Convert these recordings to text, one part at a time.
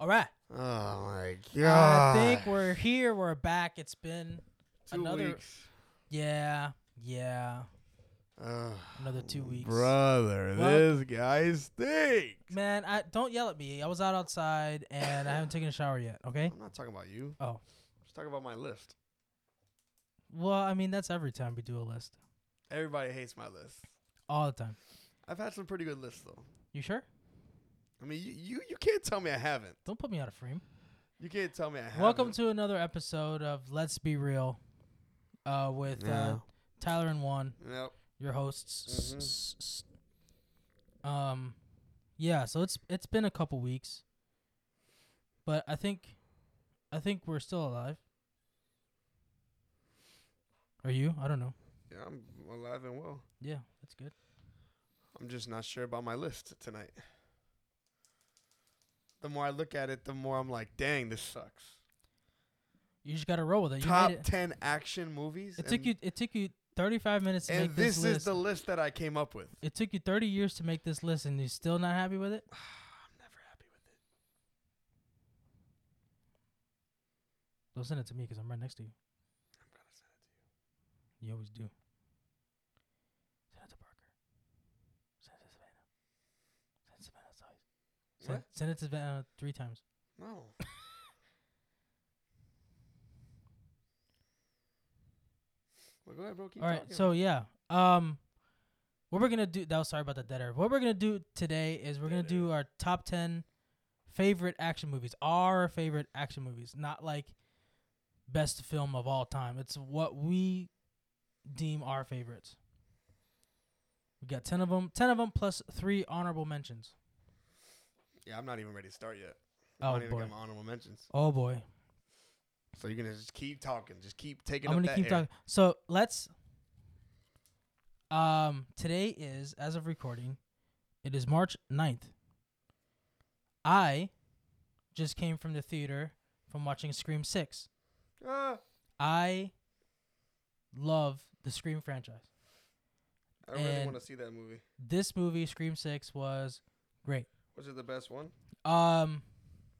All right. Oh my I god! think we're here. We're back. It's been Two another. weeks. Yeah. Yeah. Ugh. Another two weeks. brother. Well- this guy stinks. Man, I don't yell at me. I was out outside and I haven't taken a shower yet. Okay. I'm not talking about you. Oh. I'm just talking about my list. Well, I mean that's every time we do a list, Everybody hates my list. all the time. I've had some pretty good lists though. You sure? I mean, you you, you can't tell me I haven't. Don't put me out of frame. You can't tell me I haven't. Welcome to another episode of Let's Be Real, uh, with uh, Yeah. Tyler and Juan, Yep. your hosts. Mm-hmm. S- s- s- Um, yeah. So it's it's been a couple weeks, but I think, I think we're still alive. Are you? I don't know. Yeah, I'm alive and well. Yeah, that's good. I'm just not sure about my list tonight. The more I look at it, the more I'm like, dang, this sucks. You just gotta roll with it. You Top made it. ten action movies. It took and- you. It took you 35 minutes to And make this, this, list. is the list that I came up with. It took you 30 years to make this list, and you're still not happy with it. I'm never happy with it. Don't send it to me because I'm right next to you. I'm gonna send it to You always do. Send it to Parker. Send it to Savannah. Send it to Savannah twice. you. Send, send it to Savannah three times. No. well, go ahead, bro. Keep All right. talking. So yeah. Um, what we're gonna do? That was sorry about that dead air. What we're gonna do today is we're gonna Dead do our top ten favorite action movies. Our favorite action movies, not like best film of all time. It's what we deem our favorites. We got ten of them. Ten of them plus three honorable mentions. yeah, I'm not even ready to start yet. I Oh don't even boy. get my honorable mentions. Oh boy. So you're gonna just keep talking, just keep taking. I'm up gonna that keep air. talking. So let's. Um, today is as of recording, it is March 9th. I just came from the theater from watching Scream Six. Ah, I love the Scream franchise. I really And- want to see that movie. This movie, Scream Six, was great. Was it the best one Um,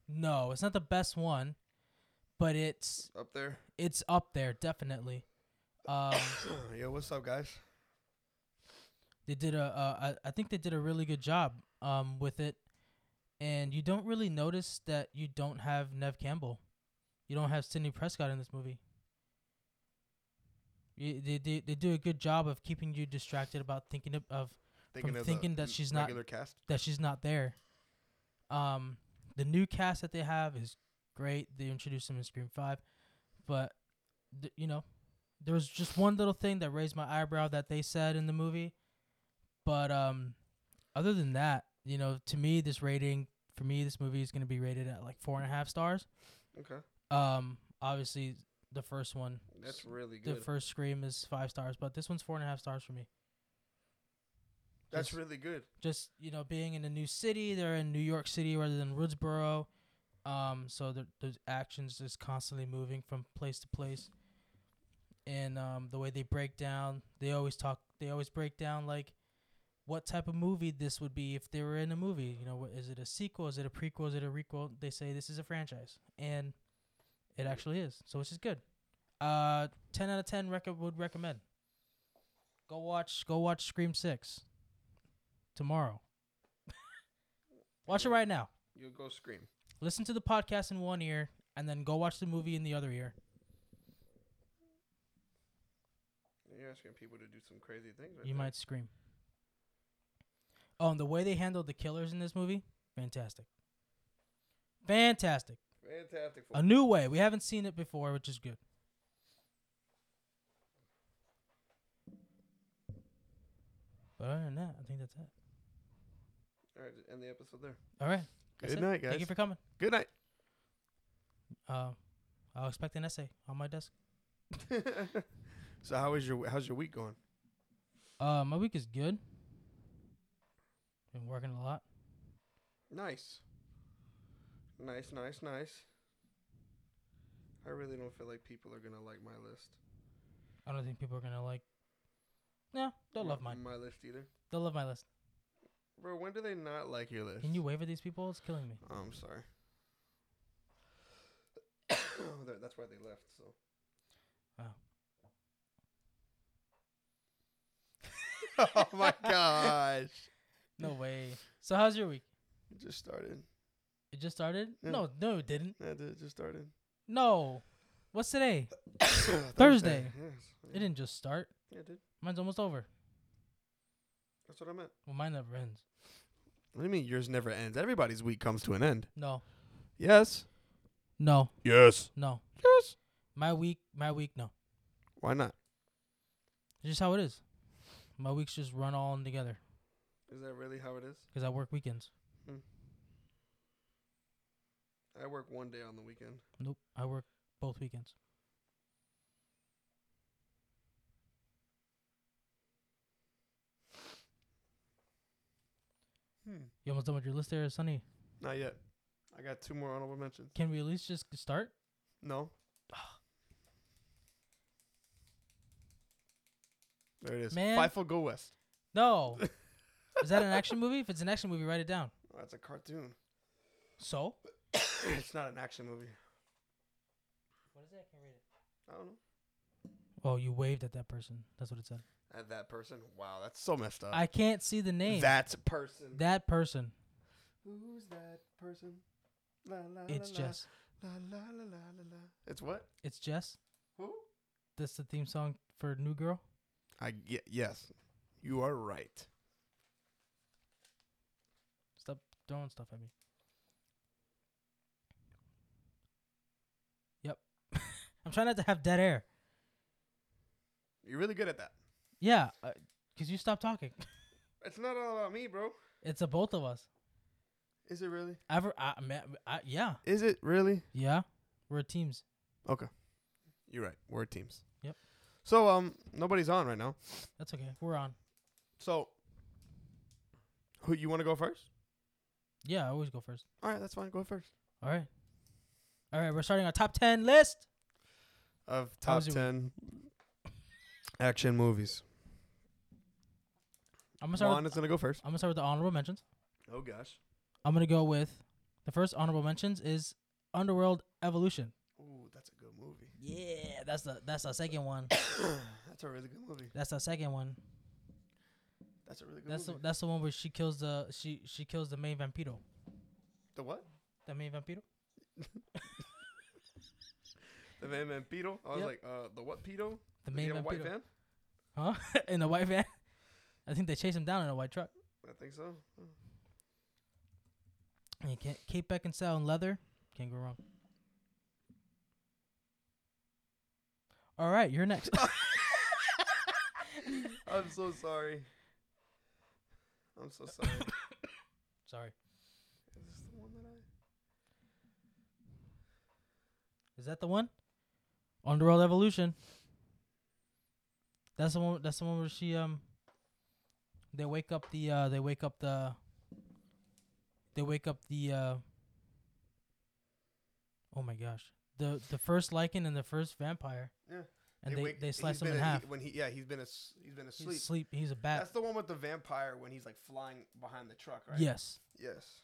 no, it's not the best one, but it's up there? it's up there definitely. Um. Yo, what's up, guys? they did a uh, I, I think they did a really good job um with it and you don't really notice that you don't have nev campbell you don't have sidney prescott in this movie you, they, they, they do a good job of keeping you distracted about thinking of, of of the thinking that n- she's not- regular cast. that she's not there um the new cast that they have is great they introduced him in scream 5 but th- you know there was just one little thing that raised my eyebrow that they said in the movie but um other than that you know to me this rating for me this movie is going to be rated at like four and a half stars Okay, um obviously the first one that's really the good. first scream is five stars but this one's four and a half stars for me That's just- really good. just you know being in a new city they're in new york city rather than woodsboro um so the the actions just constantly moving from place to place and um the way they break down they always talk they always break down like what type of movie this would be if they were in a movie you know what is it a sequel is it a prequel is it a requel they say this is a franchise and it actually is so it's just good uh 10 out of 10 rec- would recommend go watch go watch scream 6 tomorrow. watch it right now. You'll go scream. Listen to the podcast in one ear and then go watch the movie in the other ear. You're asking people to do some crazy things. Right You there. might scream. Oh, and the way they handled the killers in this movie, fantastic. Fantastic. Fantastic. A new way. We haven't seen it before, which is good. But other than that, I think that's it. All right, just end the episode there. All right. that's Good it. night, Thank guys. you for coming. Good night. Uh, I'll expect an essay on my desk. so how is your how's your week going? Uh, my week is good. Been working a lot. Nice. Nice, nice, nice. I really don't feel like people are gonna like my list. I don't think people are gonna like. No, they'll My- love mine. My list either. They'll love my list. Bro, when do they not like your list? Can you wait for these people? It's killing me. Oh, I'm sorry. That- That's why they left. So oh my gosh. No way. So how's your week? It just started. It just started? Yeah. No, no, it didn't. Yeah, dude, it just started. No. What's today? Thursday. Thursday. yes, It yeah. didn't just start. yeah, dude. Mine's almost over. That's what I meant. Well, mine never ends. What do you mean yours never ends? Everybody's week comes to an end. No. Yes. No. Yes. No. Yes. My week. My week. No. Why not? It's just how it is. My weeks just run all in together Is that really how it is? 'cause I work weekends. I work one day on the weekend. Nope. I work both weekends. You almost done with your list there, Sonny. Not yet. I got two more honorable mentions. Can we at least just start? No. there it is. Man. Fightful Go West. No. is that an action movie? If it's an action movie, write it down. Oh, that's a cartoon. So. it's not an action movie. What is that? I can read it. I don't know. Oh, you waved at that person. That's what it said. At that person. Wow, that's That's so messed up. I can't see the name. Uh, That person. That person. Who's that person? La, la, It's la, Jess. La, la, la, la, la, la. it's what? It's Jess. Who? That's the theme song for New Girl. I y- yes. You are right. Stop throwing stuff at me. Yep. I'm trying not to have dead air. You're really good at that. Yeah, uh 'cause you stopped talking. It's not all about me, bro. It's a both of us. Is it really? Ever, I, I, I, yeah, Is it really? yeah. We're teams. Okay. You're right. We're teams. Yep. So um nobody's on right now. That's okay. We're on. So who you want to go first? Yeah, I always go first. All right, that's fine. Go first. All right. All right, we're starting our top 10 list. Of How top was your 10 action movies. I'm going to start Juan with, is going to go first. I'm going to start with the honorable mentions. Oh gosh. I'm going to go with the first honorable mentions is Underworld Evolution. Ooh, that's a good movie. Yeah, that's the that's the second one. that's a really good movie. That's the second one. That's a really good That's the, movie. that's the one where she kills the she she kills the main vampiro. the what? The main vampiro? The Van Man Pedo. I was Yep. like, uh, the what Pedo? The He main had a white vampiro. van? Huh? in a white van. I think they chase him down in a white truck. I think so. And you can't Kate Beckinsale in leather. Can't go wrong. All right, you're next. I'm so sorry. I'm so sorry. Sorry. Is this the one that I? Is that the one? Underworld Evolution. That's the one. That's the one where she um. They wake up the uh. They wake up the. They wake up the. uh Oh my gosh! The the first lichen and the first vampire. Yeah. And they, wake- they he's slice him been in a- he- half. when he yeah, he's been as he's been He's asleep. Sleep. He's a bat. That's the one with the vampire when he's like flying behind the truck, right? Yes. Yes.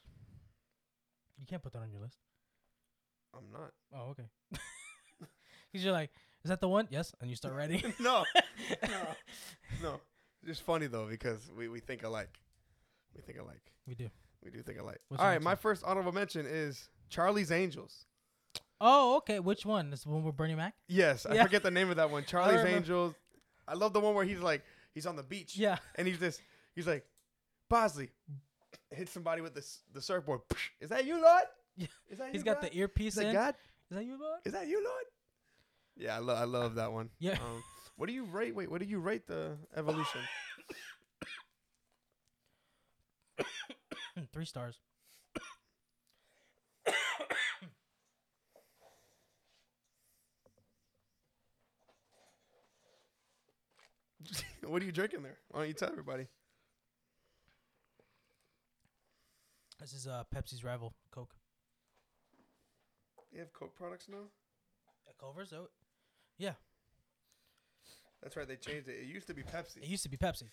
You can't put that on your list. I'm not. Oh okay. Because you're like, is that the one? Yes. And you start writing. no. No. No. It's just funny though because we, we think alike. We think alike. we do. We do think alike. What's All your right, next my one? first honorable mention is Charlie's Angels. Oh okay. Which one? Is the one with Bernie Mac? Yes, I Yeah. forget the name of that one. Charlie's remember. Angels. I love the one where he's like he's on the beach Yeah. and he's just he's like Bosley hits somebody with this the surfboard. Is that you, Lord? Yeah. Is that He's you, got God? the earpiece Is that in. God? Is that you, bud? Is that you, Lord? Yeah, I, lo- I love that one. Yeah. Um, what do you rate? Wait, what do you rate the evolution? Three stars. what are you drinking there? Why don't you tell everybody? This is uh, Pepsi's rival, Coke. You have Coke products now? At Culver's, oh, That's right. They changed it. It used to be it Pepsi. used to be Pepsi.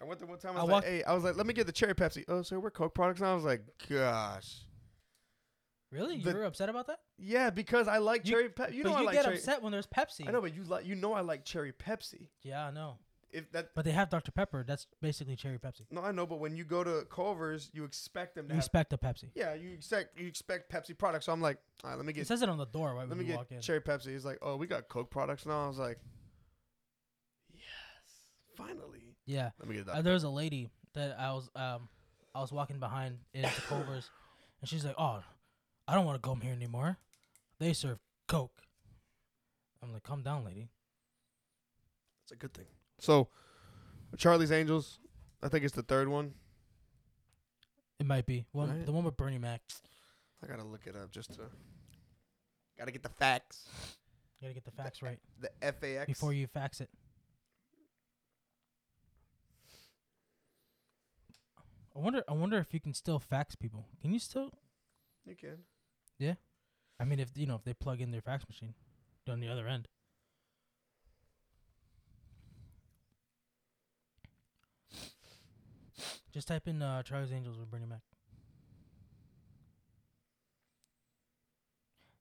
I went there one time. I I was I like, walked- hey, I was like, let me get the cherry Pepsi. Oh, so we're Coke products, and I was like, gosh, Really? The- you were upset about that? Yeah, because I like You- cherry. Pe- you know but I you like get cherry. upset when there's Pepsi. I know, but you like you know I like cherry Pepsi. Yeah, I know. If that But they have Dr. Pepper. That's basically cherry Pepsi. no, I know, but when you go to Culver's, you expect them You to have. expect a Pepsi. yeah, you expect you expect Pepsi products. So I'm like, all right, let me It get says it on the door right let when me you get walk in. cherry Pepsi. He's like, oh, we got Coke products now. I was like, yes, finally. yeah. Let me get Uh, that. there was a lady that I was um I was walking behind in the Culver's, and she's like, "Oh, I don't want to come here anymore. They serve Coke." I'm like, "Calm down, lady." It's a good thing. So, Charlie's Angels. I think it's the third one. It might be one, Right. the one with Bernie Mac. I gotta look it up just to. Gotta get the facts. You gotta get the facts right The FAX. before you fax it. I wonder. I wonder if you can still fax people. Can you still? you can. I mean, if you know, if they plug in their fax machine on the other end. Just type in uh, Charlie's Angels with Bernie Mac.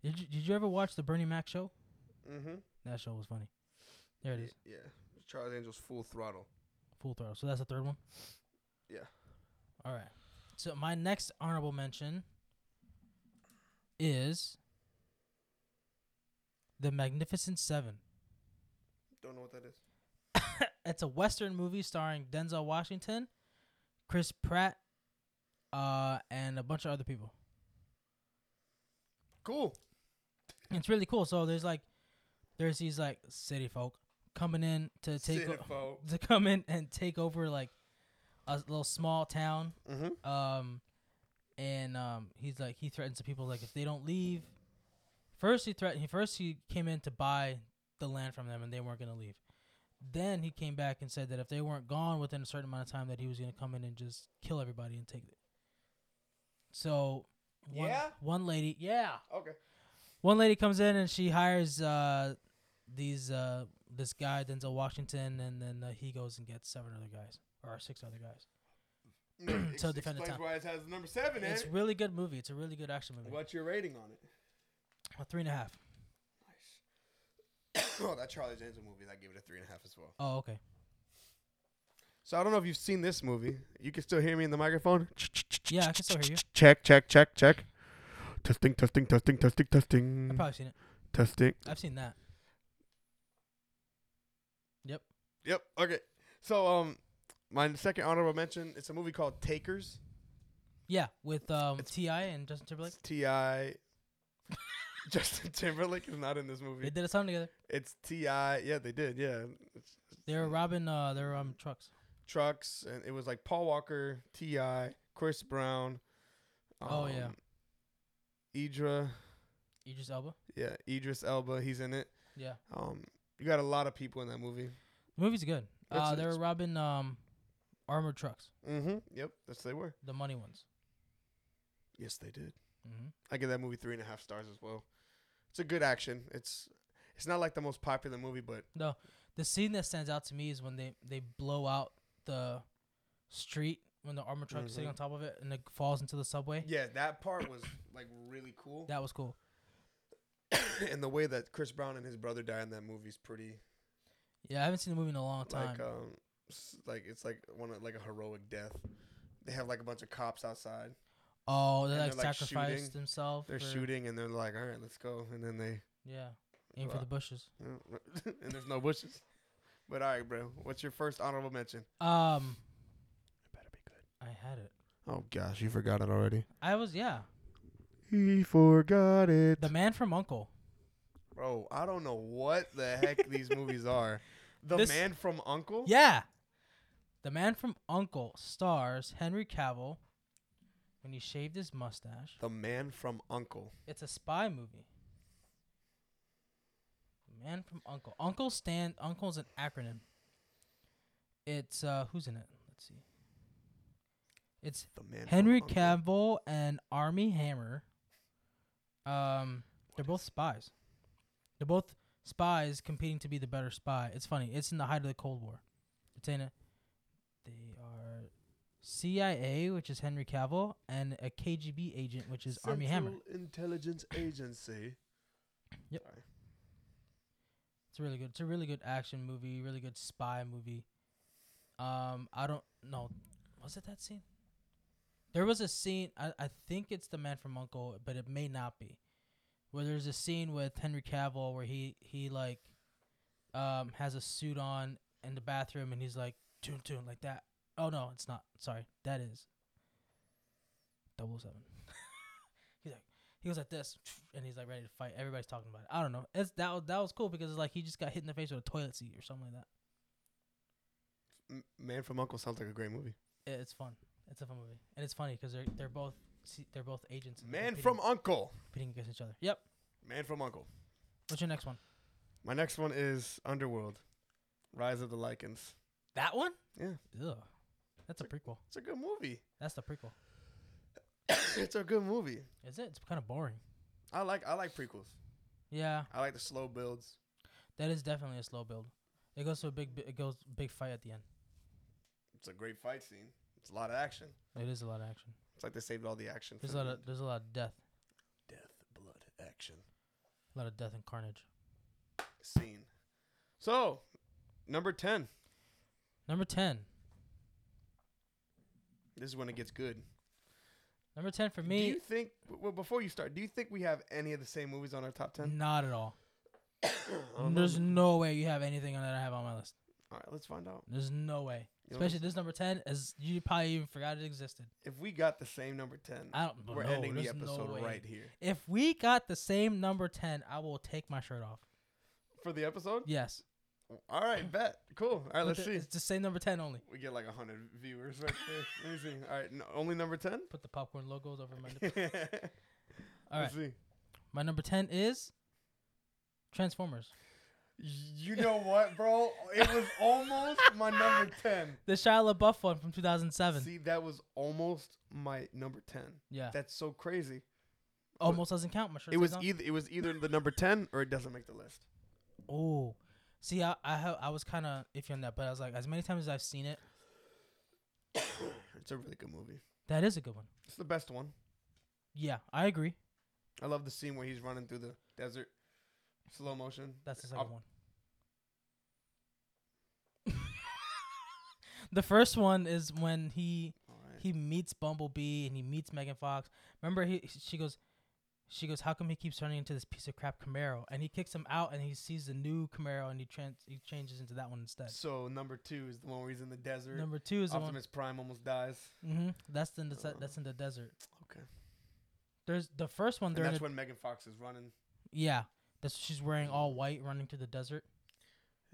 Did you, did you ever watch the Bernie Mac show? Mm-hmm. That show was funny. There it is, Yeah. Charles Angel's Full Throttle. full throttle. So that's the third one. Yeah. All right. So my next honorable mention is the Magnificent Seven. Don't know what that is. it's a western movie starring Denzel Washington, Chris Pratt, uh, and a bunch of other people. Cool. It's really cool. So there's like, there's these like city folk coming in to take o- Cinephobe. to come in and take over like a s- little small town. Mm-hmm. Um, and um, he's like he threatens the people like if they don't leave. First he threatened. He first he came in to buy the land from them, and they weren't gonna leave. Then he came back and said that if they weren't gone within a certain amount of time, that he was gonna come in and just kill everybody and take it. So, one, Yeah? one lady, yeah, Okay. one lady comes in and she hires uh, these uh, this guy Denzel Washington, and then uh, he goes and gets seven other guys or six other guys. Ex- So defend the explains top. why it has the number seven in It's it. really good movie. It's a really good action movie. What's your rating on it? A three and a half. oh, that Charlie's Angel movie, I gave it a three and a half as well. Oh, okay. So I don't know if you've seen this movie. You can still hear me in the microphone. Yeah, I can still hear you. Check, check, check, check. Testing, testing, testing, testing, testing, I've probably seen it. testing. I've seen that. Yep. Okay. So um, my second honorable mention. It's a movie called Takers. Yeah, with um, It's- Ti and Justin Timberlake. It's Ti. Justin Timberlake is not in this They movie. did a song together. It's Ti. Yeah, they did. Yeah, It's They were robbing. Uh, they were um trucks. trucks, and it was like Paul Walker, Ti, Chris Brown. Oh, yeah. um, Idra. Idris Elba. Yeah, Idris Elba. He's in it. Yeah, Um, you got a lot of people in that movie. the movie's good. It's- Uh, they were it's- robbing um, armored trucks, Mm-hmm. Yep, that's they were. the money ones. Yes, they did. hmm I give that movie three and a half stars as well. It's a good action. It's it's not like the most popular movie, but The scene that stands out to me is when they they blow out the street when the armored truck is sitting Mhm. on top of it and it falls into the subway. yeah, that part was like really cool. That was cool. and the way that Chris Brown and his brother die in that movie is pretty Yeah, I haven't seen the movie in a long time. like um s- like it's like one of- like a heroic death. They have like a bunch of cops outside. oh, they and like, they're, like, sacrificed shooting. themselves. They're for- shooting and they're like, "All right, let's go." And then they Yeah, aim for Wow. the bushes. and there's no bushes. But all right, bro. What's your first honorable mention? Um, It better be good. I had it. Oh gosh, you forgot it already. I was yeah. He forgot it. The Man from Uncle. Bro, I don't know what the heck these movies are. The This- Man from Uncle? Yeah. The Man from Uncle stars Henry Cavill when he shaved his mustache. The Man from Uncle. It's a spy movie. The Man from Uncle. Uncle stand Uncle's an acronym. It's uh who's in it? Let's see. It's The Man from Henry Uncle. Cavill and Army Hammer. Um, they're both spies. They're both spies competing to be the better spy. It's funny. It's in the height of the Cold War. It's in it. They are CIA, which is Henry Cavill, and a KGB agent, which is Army Hammer. Central Intelligence Agency. Yep. Sorry. It's really good. It's a really good action movie, really good spy movie. Um, I don't know. Was it that scene? There was a scene. I, I think it's the Man from Uncle, but it may not be. Where there's a scene with Henry Cavill where he he like, um, has a suit on in the bathroom and he's like tune tune like that. Oh no, it's not. Sorry, that is. Double seven. he's like he was like this, and he's like ready to fight. Everybody's talking about it. I don't know. It's that was, that was cool because it's like he just got hit in the face with a toilet seat or something like that. M- Man from Uncle sounds like a great movie. It, it's fun. It's a fun movie, and it's funny because they're they're both see, they're both agents. and they're Man competing- from Uncle. competing against each other. Yep. Man from Uncle. What's your next one? My next one is Underworld, Rise of the Lycans. That one? Yeah. Ugh. That's a prequel. It's a good movie. That's the prequel. it's a good movie. Is it? It's kind of boring. I like I like prequels. Yeah, I like the slow builds. that is definitely a slow build. It goes to a big bi- it goes big fight at the end. It's a great fight scene. It's a lot of action. It is a lot of action. It's like they saved all the action. There's for a lot the of there's a lot of death, death, blood, action a lot of death and carnage. scene. So, number ten. Number ten. This is when it gets good. Number ten for do me. you think? Well, before you start, do you think we have any of the same movies on our top ten? Not at all. All There's no way you have anything that I have on my list. right, let's find out. There's no way. You know, Especially this number ten, as you probably even forgot it existed. if we got the same number ten, I don't. we're no, ending the there's episode no way. right here If we got the same number ten, I will take my shirt off. for the episode. Yes. All right, bet. Cool. All right, But let's the- see. It's the same number ten only. We get like hundred viewers right there. Let me see. All right, no, only number ten. Put the popcorn logos over my. nip- All right. All right. Let's see. My number ten is Transformers. You know what, bro? It was almost my number ten. The Shia LaBeouf one from 2007. See, that was almost my number ten. yeah. That's so crazy. Almost doesn't count. My shirt. It was either it was either the number ten or it doesn't make the list. e-, Oh, see, I I, ha- I was kind of iffy on that, but I was like, as many times as I've seen it, It's a really good movie. that is a good one. It's the best one. Yeah, I agree. I love the scene where he's running through the desert, slow motion. That's the I'll- 2nd one. the first one is when he All right. he meets Bumblebee and he meets Megan Fox. Remember, he she goes, she goes, how come he keeps turning into this piece of crap Camaro? And he kicks him out, and he sees the new Camaro, and he trans he changes into that one instead. So number two is the one where he's in the desert. Number two is the one. Optimus Prime almost dies. Mm-hmm, that's in the se- Oh. that's in the desert. Okay. There's the first one. And They're in that's a- when Megan Fox is running. yeah. That's she's wearing all white, running through the desert.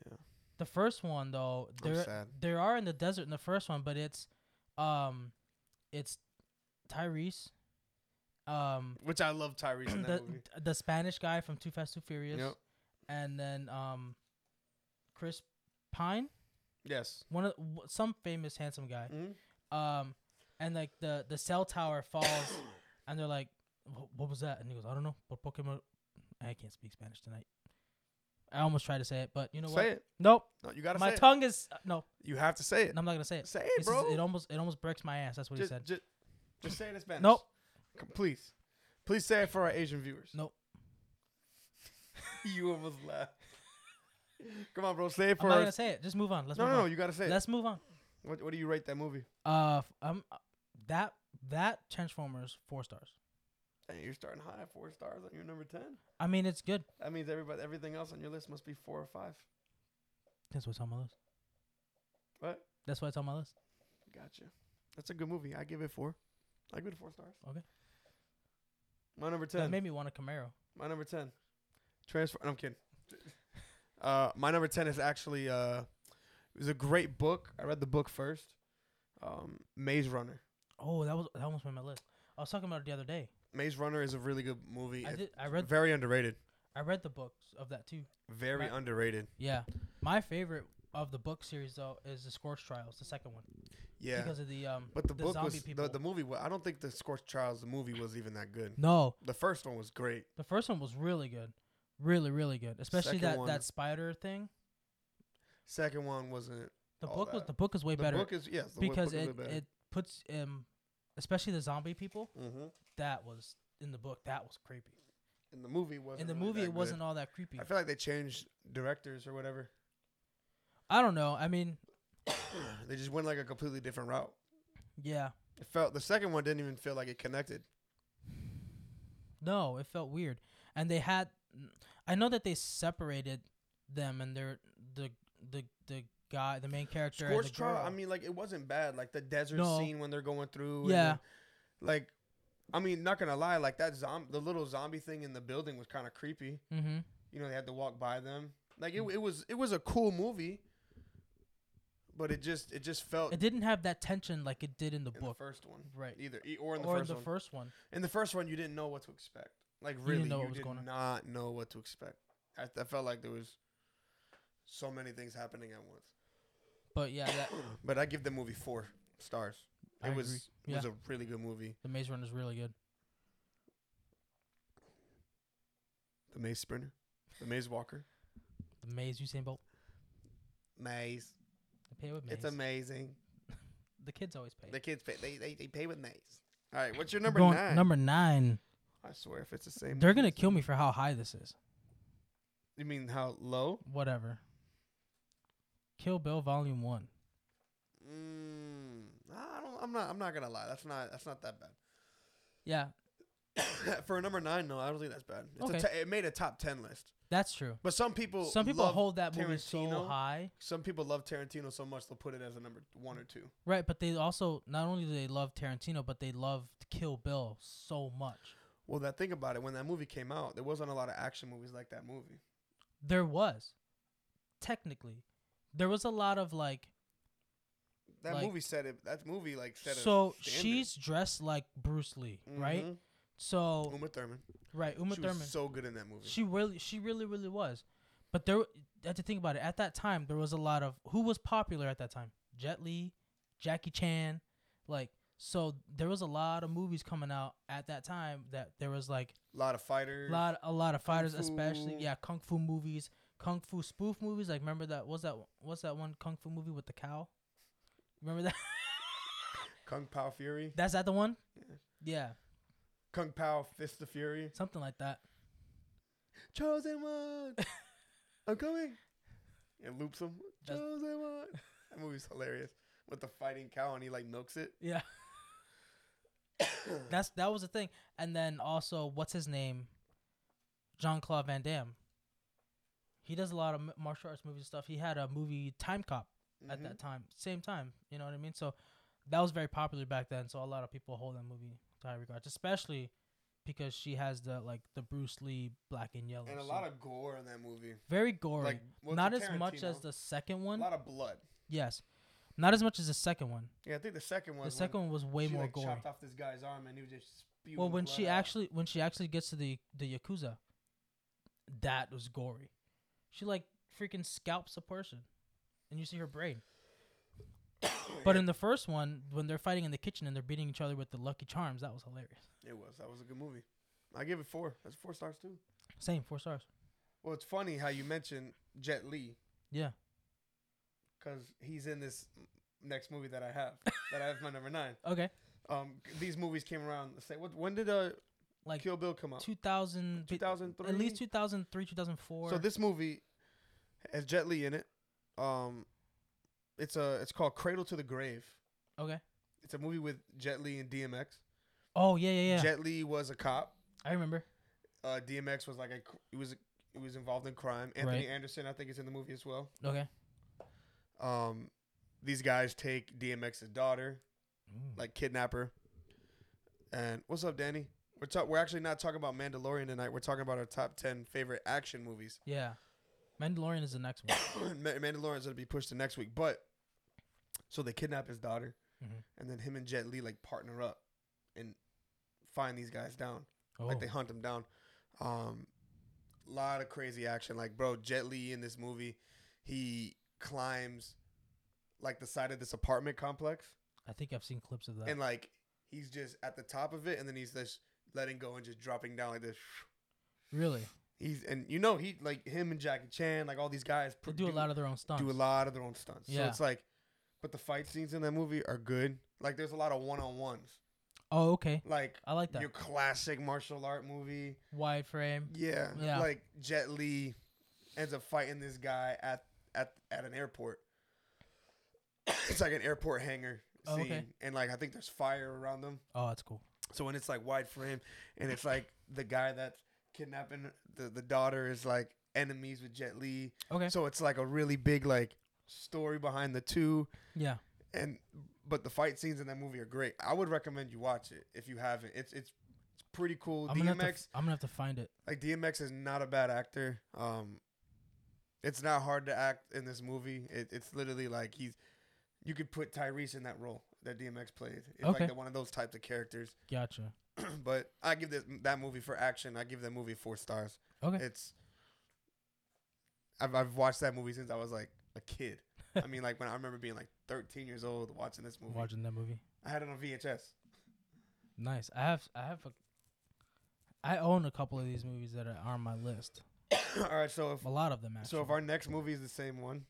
Yeah. The first one though, I'm there sad. there are in the desert in the first one, but it's um it's Tyrese. Um Which I love Tyrese in that the, movie. the Spanish guy from Too Fast Too Furious. Yep. And then um Chris Pine, Yes. one of w- some famous handsome guy. hmm Um and like the the cell tower falls and they're like "Wh- what was that? And he goes, I don't know, but Pokemon I can't speak Spanish tonight. I almost tried to say it, but you know say what? it. Nope. No, you gotta My say tongue is uh, no, it. You have to say it. I'm not gonna say it. Say it, It's just- bro. it almost it almost breaks my ass. That's what just, he said. Just, just say it in Spanish. Nope. C- Please. Please say it for our Asian viewers. Nope. you almost laughed. Come on, bro. Say it I'm for not our. gonna say it. Just move on. Let's no, move no, no. on. You got to say it. Let's move on. What, what do you rate that movie? Uh, f- um, that that Transformers four stars. Dang, you're starting high. Four stars on your number 10. I mean, it's good. That means everybody, everything else on your list must be four or five. That's what's on my list. What? That's why it's on my list. Gotcha. That's a good movie. I give it four. I give it four stars. Okay. My number That 10. made me want a Camaro. My number ten. Transfer. I'm kidding. Uh, my number ten is actually uh, it was a great book. I read the book first. Um, Maze Runner. Oh, that was that almost made my list. I was talking about it the other day. Maze Runner is a really good movie. I It's did. I read. very underrated. I read the books of that too. Very Right. underrated. Yeah, my favorite of the book series though is the Scorch Trials, the second one, Yeah. because of the um. but the, the book zombie was people. the, the movie. wa- I don't think the Scorch Trials the movie was even that good. No, The first one was great. the first one was really good, really really good. Especially Second that one- that spider thing. Second one wasn't. The All book was that. the book is way the better. book is yes. The wo- because book it is way better. it puts him, especially the zombie people. Mm-hmm. That was in the book. That was creepy. In the movie wasn't. in the really movie, that it good. wasn't all that creepy. I feel like they changed directors or whatever. I don't know. I mean, they just went like a completely different route. yeah. It felt the second one didn't even feel like it connected. No, it felt weird. And they had, I know that they separated them and their the the the guy, the main character. and the Scorch Trial. girl. I mean, like it wasn't bad. Like the desert No. scene when they're going through. and Yeah. then, like, I mean, not gonna lie. Like that zombie, the little zombie thing in the building was kind of creepy. mm-hmm. You know, they had to walk by them. Like it, Mm. it was, it was a cool movie. But it just, it just felt it didn't have that tension like it did in the in the book, first one, right? either e- or in the or first in the one. first one. in the first one, you didn't know what to expect. Like didn't really, you, know what was did going on. not know what to expect. I, I felt like there was so many things happening at once. But yeah, that, But I give the movie four stars. I it was agree. it was a really good movie. the Maze Runner is really good. The Maze Sprinter, The Maze Walker, The Maze Usain Bolt. Maze. They pay with Maze. It's amazing. the kids always pay. The kids pay, they, they they pay with Maze. All right, what's your number Going- nine? Number nine. I swear, if it's the same, They're movie, gonna it's- kill me for how high this is. You mean how low? Whatever. Kill Bill Volume One. Mm, I don't. I'm not. I'm not gonna lie. That's not. That's not that bad. Yeah, For a number nine, no, I don't think that's bad. It's a Okay. t- it made a top ten list. that's true. But some people, Some people love, hold that movie so Tarantino. high, Some people love Tarantino so much they'll put it as a number one or two. right? But they also not only do they love Tarantino, but they love Kill Bill so much. Well, that think about it. When that movie came out, there wasn't a lot of action movies like that movie. There was, technically, there was a lot of like. That Like- movie said it. That movie like said. So a standard. she's dressed like Bruce Lee, right? Mhm. So Uma Thurman. right, Uma she Thurman. was so good in that movie. She really, she really, really was. But there, I had to think about it. At that time, there was a lot of who was popular at that time: Jet Li, Jackie Chan, like. So there was a lot of movies coming out at that time that there was like A lot of a fighters. lot, a lot of fighters, especially fu. yeah, kung fu movies, kung fu spoof movies. Like remember that was that what's that one kung fu movie with the cow? Remember that? Kung Pao Fury. That's that the one? Yeah. Yeah, Kung Pao Fist of Fury. something like that. Chosen one. I'm coming. It loops him. That's- Chosen one. That movie's hilarious. With the fighting cow and he like milks it. Yeah. That's that was the thing. And then also, what's his name? Jean Claude Van Damme. He does a lot of m- martial arts movies and stuff. He had a movie Time Cop at Mhm. that time, same time. You know what I mean? So that was very popular back then. So a lot of people hold that movie to high regards, especially because she has the like the Bruce Lee black and yellow. And a so lot of gore in that movie. very gory. Like what's Not the as much as Tarantino? the second a one. lot of blood. yes. Not as much as the second one. Yeah, I think the second one. The second one was way she, more like, gory. Chopped off this guy's arm and he was just spewing. Well, when blood she out. actually when she actually gets to the the yakuza, that was gory. She like freaking scalps a person, and you see her brain. But in the first one, when they're fighting in the kitchen and they're beating each other with the lucky charms, that was hilarious. it was that was a good movie. I give it four. That's four stars too. Same four stars. Well, it's funny how you mentioned Jet Li Yeah, because he's in this next movie that I have that I have my number nine. okay. Um, these movies came around. the same. what when did uh Like Kill Bill come out? two thousand, Two thousand three. at least two thousand three, two thousand four. So this movie has Jet Li in it. Um, it's a it's called Cradle to the Grave. okay. It's a movie with Jet Li and DMX. Oh yeah, yeah, yeah. Jet Li was a cop. I remember. Uh, DMX was like a cr- he was he was involved in crime. Anthony Anderson, I think, is in the movie as well. Okay. Um, these guys take DMX's daughter, Mm. like kidnap her. And what's up, Danny? We're ta- we're actually not talking about Mandalorian tonight. We're talking about our top ten favorite action movies. yeah, Mandalorian is the next one. Ma- Mandalorian's gonna be pushed to next week, but so they kidnap his daughter, Mhm. and then him and Jet Li like partner up and find these guys down. Oh, Like they hunt him down. Um, lot of crazy action. Like bro, Jet Li in this movie, he climbs like the side of this apartment complex, I think I've seen clips of that. and like he's just at the top of it, and then he's just letting go and just dropping down like this. really, He's and you know he like him and Jackie Chan, like all these guys they do a lot of their own stunts. do a lot of their own stunts. So Yeah. it's like but the fight scenes in that movie are good. Like there's a lot of one on ones. Oh, okay. Like I like that. your classic martial art movie. Wide frame. Yeah. Yeah. Like Jet Li ends up fighting this guy at at at an airport. it's like an airport hangar Oh, scene, okay. and like I think there's fire around them. Oh, that's cool. So when it's like wide frame, and it's like the guy that's kidnapping the the daughter is like enemies with Jet Li. Okay. So it's like a really big like story behind the two, yeah. and but the fight scenes in that movie are great. I would recommend you watch it if you haven't. It's it's it's pretty cool. I'm gonna, have to, DMX f- I'm gonna have to find it. like DMX is not a bad actor. Um, it's not hard to act in this movie. It, it's literally like he's you could put Tyrese in that role that DMX played. It's Okay. like the, one of those types of characters. Gotcha. but I give this that movie for action. I give that movie four stars. Okay. It's I've I've watched that movie since I was like a kid. I mean, like when I remember being like 13 years old watching this movie. Watching that movie. I had it on VHS. Nice. I have. I have a. I own a couple of these movies that are on my list. All right, so if A lot of them actually. so if our next movie is the same one,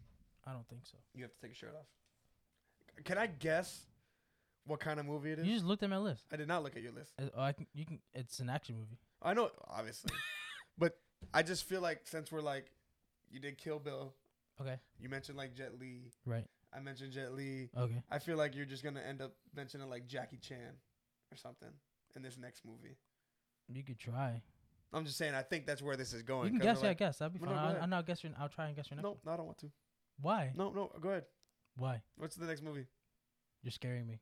I don't think so. You have to take your shirt off. Can I guess what kind of movie it is? You just looked at my list. I did not look at your list. Uh, Oh, I can. You can. It's an action movie. I know, obviously, but I just feel like since we're like, you did Kill Bill. Okay. You mentioned like Jet Li. Right. I mentioned Jet Li. Okay. I feel like you're just gonna end up mentioning like Jackie Chan or something in this next movie. You could try. I'm just saying. I think that's where this is going. You can guess. 'cause we're Yeah, Oh, like, guess. That'd be No, fun. no, go I'll, ahead. I'll now guess your. I'll try and guess your next. No, one. no, I don't want to. Why? No, no, go ahead. Why? What's the next movie? You're scaring me.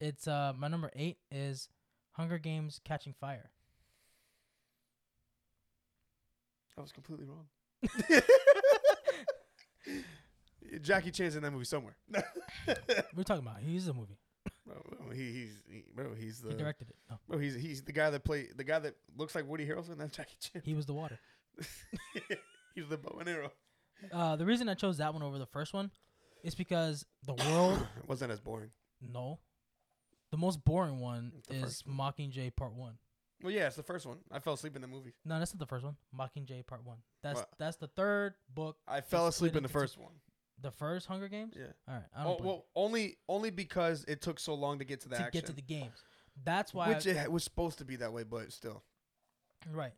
It's uh my number eight is Hunger Games: Catching Fire. I was completely wrong. Jackie Chan's in that movie somewhere. We're talking about. He's the movie. Bro, he, he's he, bro, he's He the directed it. No, bro, he's he's the guy that play the guy that looks like Woody Harrelson. That's Jackie Chan. he was the water. he's the bow and arrow. Uh, the reason I chose that one over the first one is because the world. It wasn't as boring. no, the most boring one The is first one. Mockingjay Part One. Well, yeah, it's the first one. I fell asleep in the movie. No, that's not the first one. Mockingjay Part One. That's What? that's the third book. I fell It's asleep in the split into first one. The first Hunger Games. Yeah. All right, I don't Oh, blame well, only only because it took so long to get to you. the to action. get to the games. That's why. Which it was supposed to be that way, but still, Right.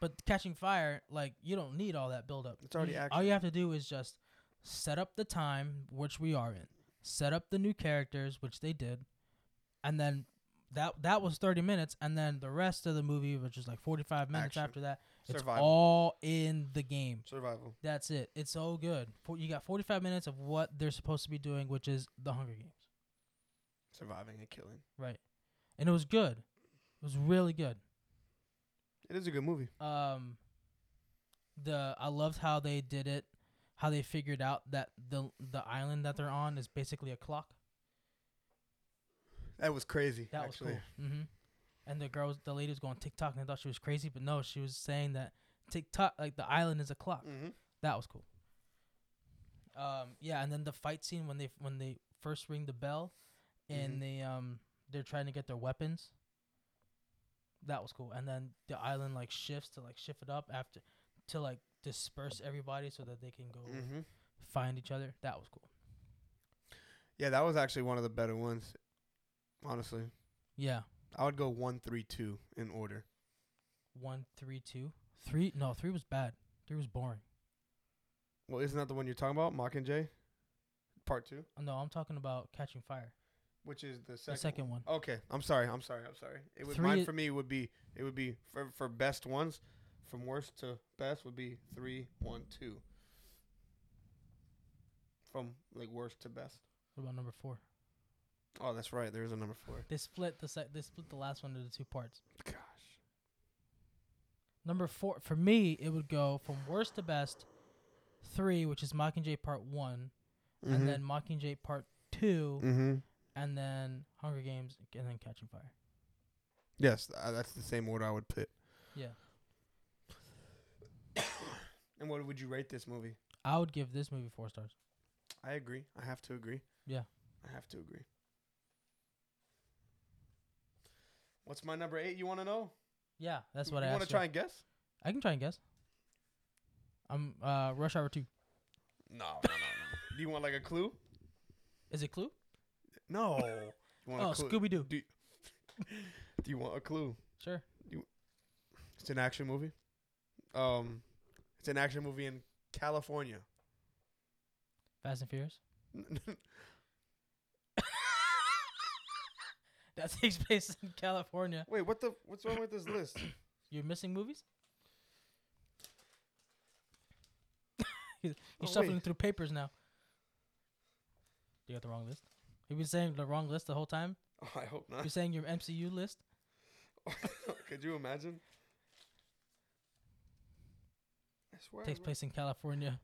But catching fire, like you don't need all that build up. It's already you, action. All you have to do is just set up the time which we are in. Set up the new characters which they did. And then that that was 30 minutes and then the rest of the movie which is like 45 minutes Action. after that it's Survival. all in the game. survival. That's it. It's so good. For, you got 45 minutes of what they're supposed to be doing which is the Hunger Games. Surviving and killing. Right. And it was good. It was really good. It is a good movie. um the I loved how they did it, how they figured out that the the island that they're on is basically a clock. That was crazy. That actually. was cool. hmm And the girl, was- the lady was going TikTok, and they thought she was crazy, but no, she was saying that TikTok, like the island is a clock. Mm-hmm. That was cool. Um, yeah, and then the fight scene when they when they first ring the bell, Mhm. and they um they're trying to get their weapons. That was cool, and then the island like shifts to like shift it up after to like disperse everybody so that they can go Mm-hmm. find each other. That was cool. Yeah, that was actually one of the better ones. Honestly, Yeah, I would go one, three, two in order. one, three, two, three. No, three was bad. Three was boring. Well, isn't that the one you're talking about, Mockingjay, Part Two, No, I'm talking about catching fire. which is the The second. second one. Okay, I'm sorry, I'm sorry, I'm sorry. It would Three i- mine for me would be it would be for for best ones, from worst to best would be three, one, two. From like worst to best. What about number four? Oh, that's right. There is a number four. They split the sec- they split the last one into two parts. Gosh. Number four for me, it would go from worst to best. Three, which is Mockingjay Part One, and then Mockingjay Part 2 Mm-hmm. and then Hunger Games, and then Catching Fire. Yes, uh, that's the same order I would put. Yeah, And what would you rate this movie? I would give this movie four stars. I agree. I have to agree. Yeah. I have to agree. What's my number eight? You want to know? Yeah, that's what you I want asked. to You. try and guess? I can try and guess. I'm uh, Rush Hour Two. No, no, no, no. Do you want like a clue? Is it Clue? No. You want Oh, a clue? Scooby Doo. Do you want a clue? Sure. It's an action movie. Um, it's an action movie in California. Fast and Furious. that takes place in California. Wait, what the? What's wrong with this list? You're missing movies? You're Oh, shuffling wait. through papers now. You got the wrong list. You've been saying the wrong list the whole time. Oh, I hope not. You're saying your MCU list. Could you imagine? I swear. I takes re- place in California.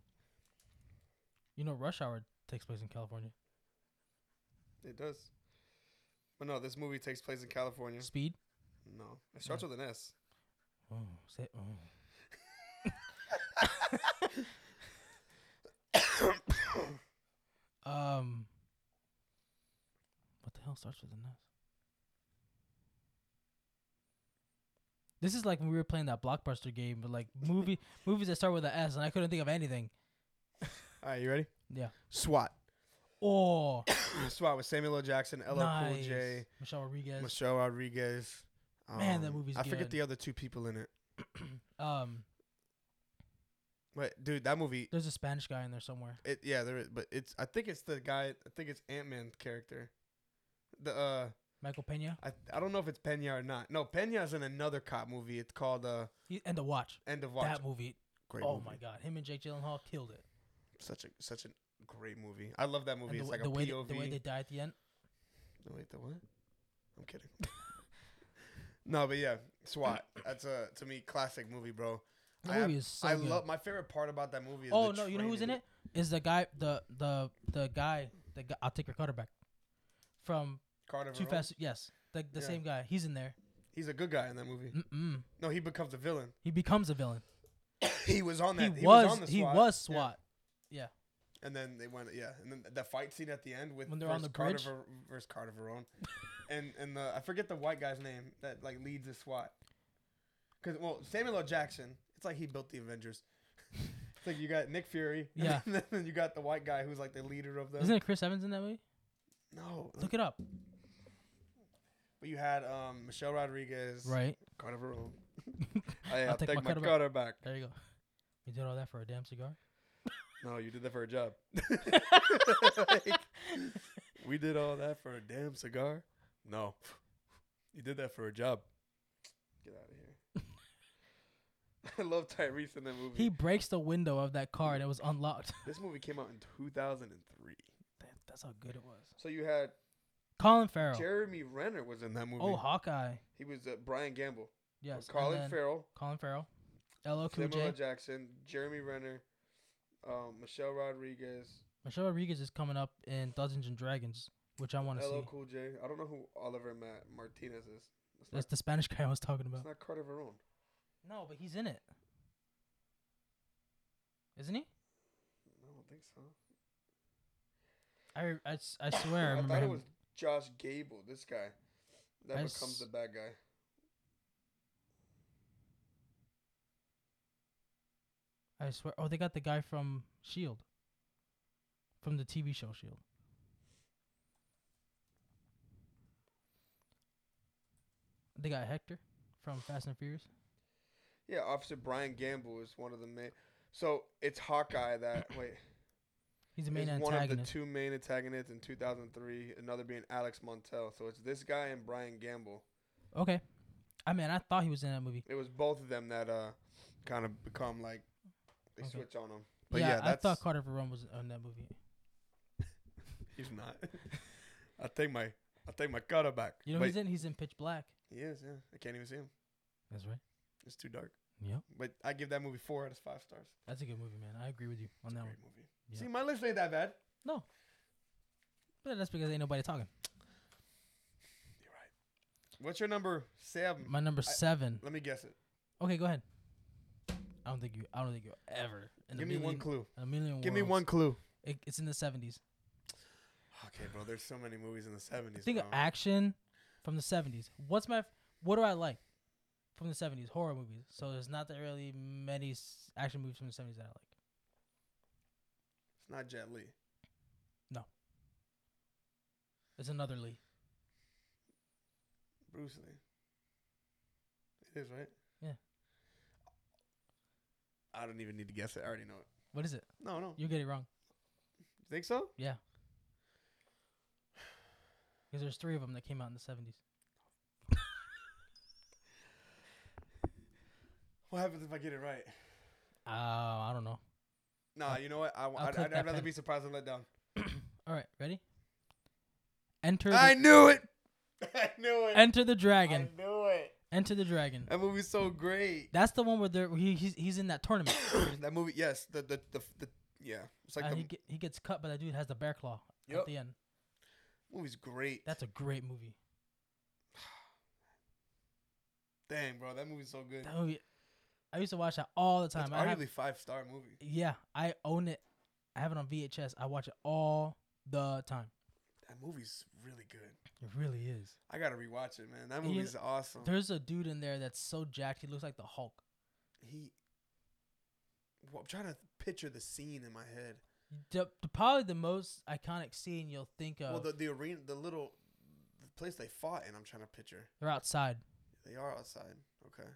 You know, Rush Hour takes place in California. It does. But no, this movie takes place in California. Speed. No, it starts No. with an S. Oh, say, oh. Um, what the hell starts with an S? This is like when we were playing that blockbuster game, but like movie movies that start with an S, and I couldn't think of anything. All right, you ready? Yeah. SWAT. Oh, SWAT with Samuel L. Jackson, LL Cool nice. J, Michelle Rodriguez. Michelle Rodriguez. um, Man, that movie's I forget good. the other two people in it. um, But dude, that movie. there's a Spanish guy in there somewhere. It yeah, there. Is, but it's I think it's the guy. I think it's Ant Man character. The uh, Michael Pena. I I don't know if it's Pena or not. No, Pena's in another cop movie. It's called uh, He, and the Watch. End of Watch. That movie. great oh movie. my God, him and Jake Gyllenhaal killed it. Such a such a great movie. I love that movie. And the, it's wa- like the a way POV. the way they die at the end. No, wait, the what? I'm kidding. no, but yeah, SWAT. That's a to me classic movie, bro. That I have- movie is so I good. love my favorite part about that movie. Is Oh the no, you know who's in training. it? Is the guy the the the guy the guy, I'll take your quarterback from Carter. Too Verone. Fast. Yes, the the Yeah. same guy. He's in there. He's a good guy in that movie. Mm-mm. No, he becomes a villain. He becomes a villain. he was on He that. was, He, was, on the SWAT. he was Yeah. SWAT. And then they went, yeah. And then the fight scene at the end with When they're on versus the bridge? Carter Ver- versus Carter Verone, and and the I forget the white guy's name that like leads the SWAT. Because well, Samuel L. Jackson, it's like he built the Avengers. it's like you got Nick Fury, and Yeah. then, then you got the white guy who's like the leader of them. Isn't it Chris Evans in that movie? no, Look it up. but you had um, Michelle Rodriguez, right Carter Verone. I, I'll I'll take my take, my, quarterback. quarterback. back. there, you go. You did all that for a damn cigar. No, you did that for a job. we did all that for a damn cigar? No. You did that for a job. Get out of here. I love Tyrese in that movie. He breaks the window of that car that was unlocked. this movie came out in 2003. That- That's how good it was. So you had Colin Farrell. Jeremy Renner was in that movie. oh, Hawkeye. he was uh, Brian Gamble. Yes. and Colin then Farrell, Colin Farrell. LL Cool Samuel L. J. Jackson, Jeremy Renner, um, Michelle Rodriguez, Michelle Rodriguez is coming up in Dungeons and Dragons, which I want to see. LL Cool J. I don't know who Oliver Matt Martinez is. It's That's not, the Spanish guy I was talking it's about. not Carter Verone. No, but he's in it. Isn't he? I don't think so. I, re- I, s- I swear I I remember thought him. it was Josh Gable, this guy that I becomes s- the bad guy. I swear. Oh, they got the guy from Shield. E From the TV show Shield. They got Hector from Fast and Furious. Yeah, Officer Brian Gamble is one of the main. So it's Hawkeye that wait He's the is main one of the antagonist. two main antagonists in 2003. Another being Alex Montel. So it's this guy and Brian Gamble. okay. I mean, I thought he was in that movie. It was both of them that uh kind of become like they Okay. switch on him. But yeah, yeah, I thought that's- Carter Verone was in that movie. He's not. I think my I think my cutter back. You know who he's in? He's in Pitch Black. He is. Yeah, I can't even see him. That's right. It's too dark. Yep. But I give that movie four out of five stars. That's a good movie, man. I agree with you on that one. Great movie. Yeah. See, my list ain't that bad. But that's because ain't nobody talking. You're right. What's your number seven? My number seven. Let me guess it. Okay, go ahead. I don't think you. I don't think you ever. in a Give me one million- clue. A million. Give me worlds. one clue. It, it's in the seventies. Okay, bro. There's so many movies in the seventies. Think of action from the seventies. What's my? f- What do I like from the seventies? Horror movies. So there's not that really many s- action movies from the seventies that I like. It's not Jet Li. No. It's another Lee. Bruce Lee. It is right. Yeah. I don't even need to guess it. I already know it. What is it? No, no. You You get it wrong. think so? Yeah. Because there's three of them that came out in the 70s. What happens if I get it right? Uh, I don't know. Nah, you know what? I, I'll would click I'd, that I'd rather pen. be surprised than let down. All right, ready? Enter the, I knew it. I knew it. enter the I dragon. knew it. Enter the dragon. That movie's so great. That's the one where they're, he, he's, he's in that tournament. that movie, yes. The the the, the yeah. It's like and the he, get, he gets cut, but that dude has the bear claw Yup. at the end. movie's great. That's a great movie. Dang, bro, that movie's so good. That movie, I used to watch that all the That's time. I have- arguably five star movie. yeah, I own it. I have it on VHS. I watch it all the time. That movie's really good. It really is. I gotta rewatch it, man. That You- movie's awesome. There's a dude in there that's so jacked. He looks like the Hulk. He. Well, I'm trying to picture the scene in my head. The, the- probably the most iconic scene you'll think of. Well, the, the arena, the little the place they fought in, I'm trying to picture. they're outside. They are outside. Okay.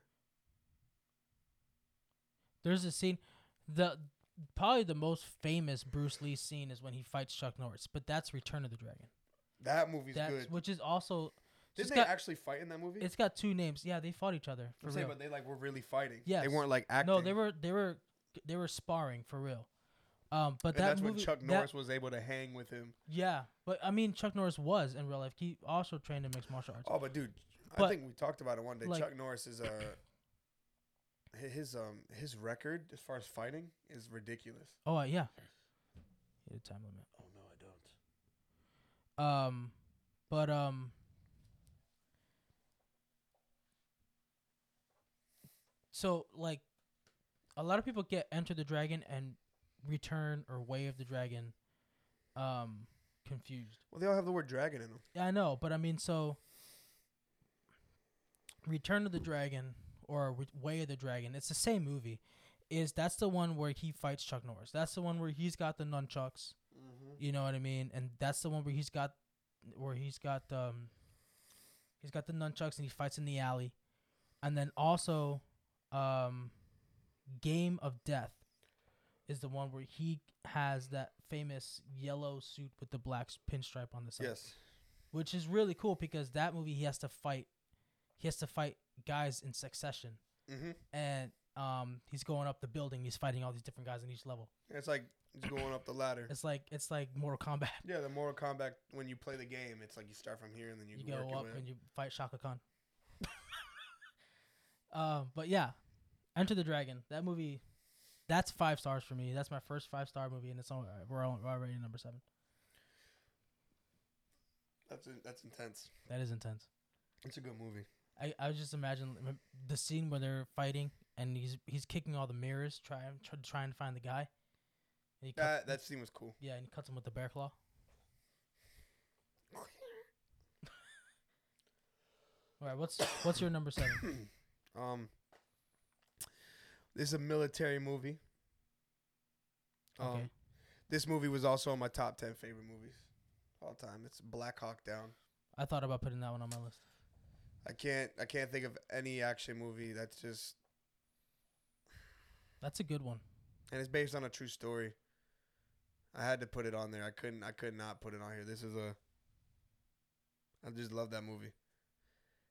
There's a scene. The probably the most famous Bruce Lee scene is when he fights Chuck Norris. But that's Return of the Dragon. That movie's that's good. which is also. Didn't It's they got, actually fight in that movie? it's got two names. Yeah, they fought each other for I'm saying, real. but they like were really fighting. Yeah. They Yes. weren't like acting. No, they were they were they were sparring for real. Um, but And that that's movie, when Chuck that- Norris was able to hang with him. yeah, but I mean Chuck Norris was in real life. He also trained in mixed martial arts. Oh, but dude, I But- think we talked about it one day. like- Chuck Norris is uh hi- his um his record as far as fighting is ridiculous. Oh uh, yeah, he had a time limit. Oh no, I don't. Um, but um, so like, a lot of people get Enter the Dragon and Return or Way of the Dragon, um, confused. Well, they all have the word dragon in them. Yeah, I know, but I mean, so Return of the Dragon or Re- Way of the Dragon, it's the same movie. Is that's the one where he fights Chuck Norris? That's the one where he's got the nunchucks. Mm-hmm. You know what I mean? And that's the one where he's got, where he's got um, he's got the nunchucks and he fights in the alley, and then also, um, Game of Death, is the one where he has that famous yellow suit with the black s- pinstripe on the side Yes. which is really cool because that movie he has to fight he has to fight guys in succession Mm-hmm. and um he's going up the building he's fighting all these different guys in each level It's like it's going up the ladder. it's like it's like mortal kombat Yeah, the Mortal Kombat when you play the game, it's like you start from here and then you, you work go your up way. and you fight shaka khan um but yeah enter the dragon that movie that's five stars for me that's my first five star movie and it's on we're al- we're already number seven That's in- that's intense. that is intense It's a good movie. I, I was just imagine m- the scene where they're fighting and he's he's kicking all the mirrors trying try, trying to find the guy. And he cut, That that scene was cool. yeah, and he cuts him with the bear claw. all right, what's what's your number seven? Um, this is a military movie. Um, Okay. This movie was also in my top ten favorite movies all time. It's Black Hawk Down. I thought about putting that one on my list. I can't I can't think of any action movie that's just That's a good one. and it's based on a true story. I had to put it on there. I couldn't I could not put it on here. This is a I just love that movie.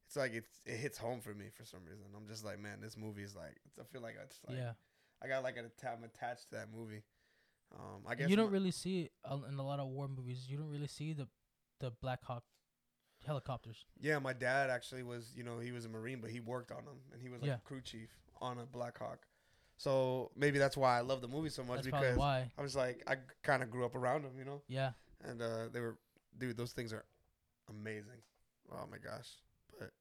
It's like it's it hits home for me for some reason. I'm just like, man, this movie is like it's, I feel like it's like yeah, I got like an atta- I'm attached to that movie. Um, I guess you don't my- really see uh, in a lot of war movies. You don't really see the the Black Hawk helicopters. Yeah, my dad actually was, you know, he was a Marine, but he worked on them and he was like Yeah. a crew chief on a Black Hawk. So maybe that's why I love the movie so much That's probably because why. I was like, I kind of grew up around them, you know? Yeah, And uh, they were, dude, those things are amazing. Oh my gosh. But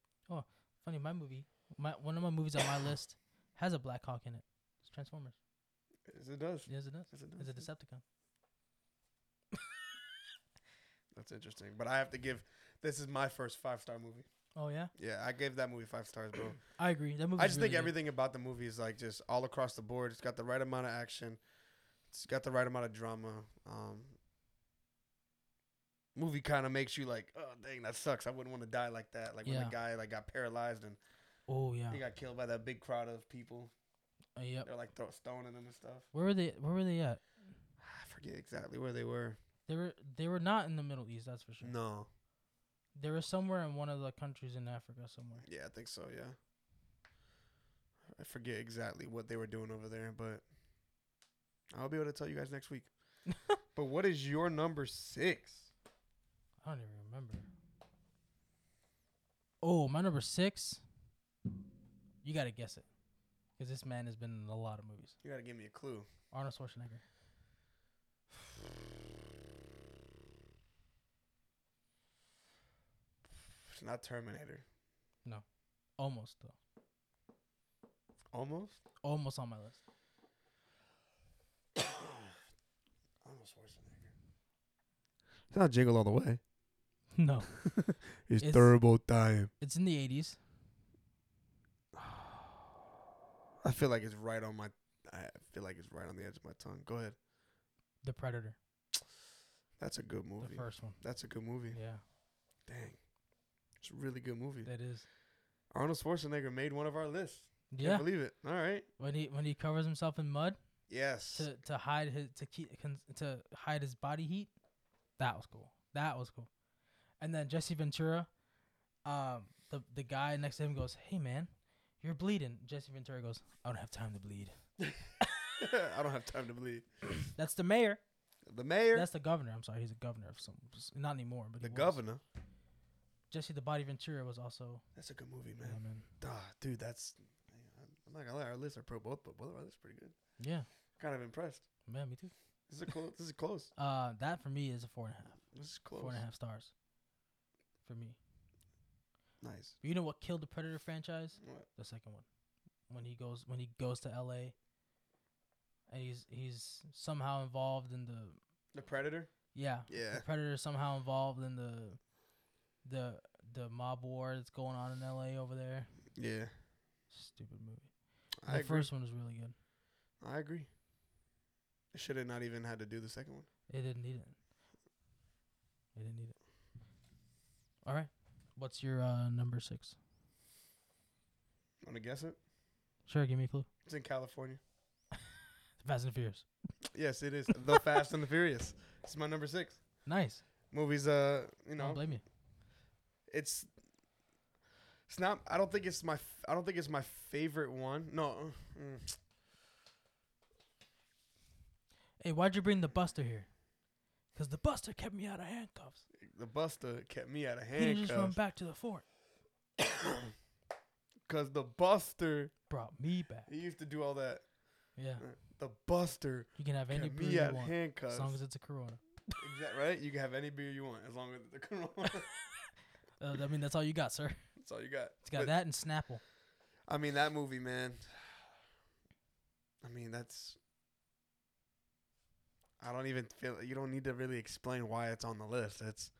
funny. My movie, my one of my movies on my list has a Black Hawk in it. It's Transformers. yes, it does. Yes, it does. Yes, it It's a does. Decepticon. That's interesting. But I have to give, this is my first five star movie. Oh yeah, Yeah, I gave that movie five stars, bro. I agree. That movie. I just think everything about the movie is like just all across the board. It's got the right amount of action. It's got the right amount of drama. Um, movie kind of makes you like, oh dang, that sucks. I wouldn't want to die like that. Like when Yeah. the guy like got paralyzed and Oh yeah. he got killed by that big crowd of people. Uh, yep. They're like throw stoning him and stuff. Where were they? Where were they at? I forget exactly where they were. They were they were not in the Middle East. That's for sure. No. They were somewhere in one of the countries in Africa somewhere. Yeah, I think so. Yeah. I forget exactly what they were doing over there, but I'll be able to tell you guys next week. but what is your number six? I don't even remember. Oh, my number six. You gotta guess it, because this man has been in a lot of movies. You gotta give me a clue. Arnold Schwarzenegger. It's not Terminator. Almost though. Almost. Almost on my list. Almost Schwarzenegger. It's not Jingle All the Way. No, It's, It's- Turbo Time. it's in the eighties. I feel like it's right on my. I feel like it's right on the edge of my tongue. Go ahead. The Predator, That's a good movie. the first one. That's a good movie. Yeah, Dang. It's a really good movie. that is. Arnold Schwarzenegger made one of our lists. Can't Yeah, believe it. All right. when he when he covers himself in mud Yes. to to hide his to keep con- to hide his body heat, that was cool. That was cool. And then Jesse Ventura, um, the the guy next to him goes, "Hey man, you're bleeding." Jesse Ventura goes, "I don't have time to bleed." I don't have time to believe. That's the mayor. The mayor, That's the governor. I'm sorry, he's a governor of some. Not anymore, but the he was. governor. Jesse the Body Ventura was also. That's a good movie, Yeah, man. man. Duh, dude, that's. I'm not gonna lie, our lists are pro both, but both of our lists are pretty good. Yeah, Kind of impressed. man, me too. This is close. this is close. Uh, that for me is a four and a half. This is close. Four and a half stars. For me, Nice. you know what killed the Predator franchise? What? The second one, when he goes when he goes to L.A. and he's he's somehow involved in the The Predator. yeah Yeah. the Predator somehow involved in the the the mob war that's going on in L.A. over there. Yeah. Stupid movie. I the agree. first one was really good. I agree. They should have not even had to do the second one. They didn't need it. They didn't need it. All right. What's your uh, number six? Want to guess it? Sure, give me a clue. It's in California. Fast and Furious. Yes, it is. the Fast and the Furious. It's my number six. Nice. Movies, uh, you I know, don't blame you. it's it's not i don't think it's my f- i don't think it's my favorite one no mm. Hey, why'd you bring the Buster here? 'Cause the Buster kept me out of handcuffs. the buster kept me out of He didn't just run handcuffs back to the fort. because the buster Brought me back. he used to do all that Yeah. the buster You can have any kept beer me out you of want. handcuffs As long as it's a Corona. Exact- right you can have any beer you want as long as it's a corona that's Uh, I mean, that's all you got, sir. all you got It's got But, that and Snapple. i mean that movie man i mean that's i don't even feel you don't need to really explain why it's on the list it's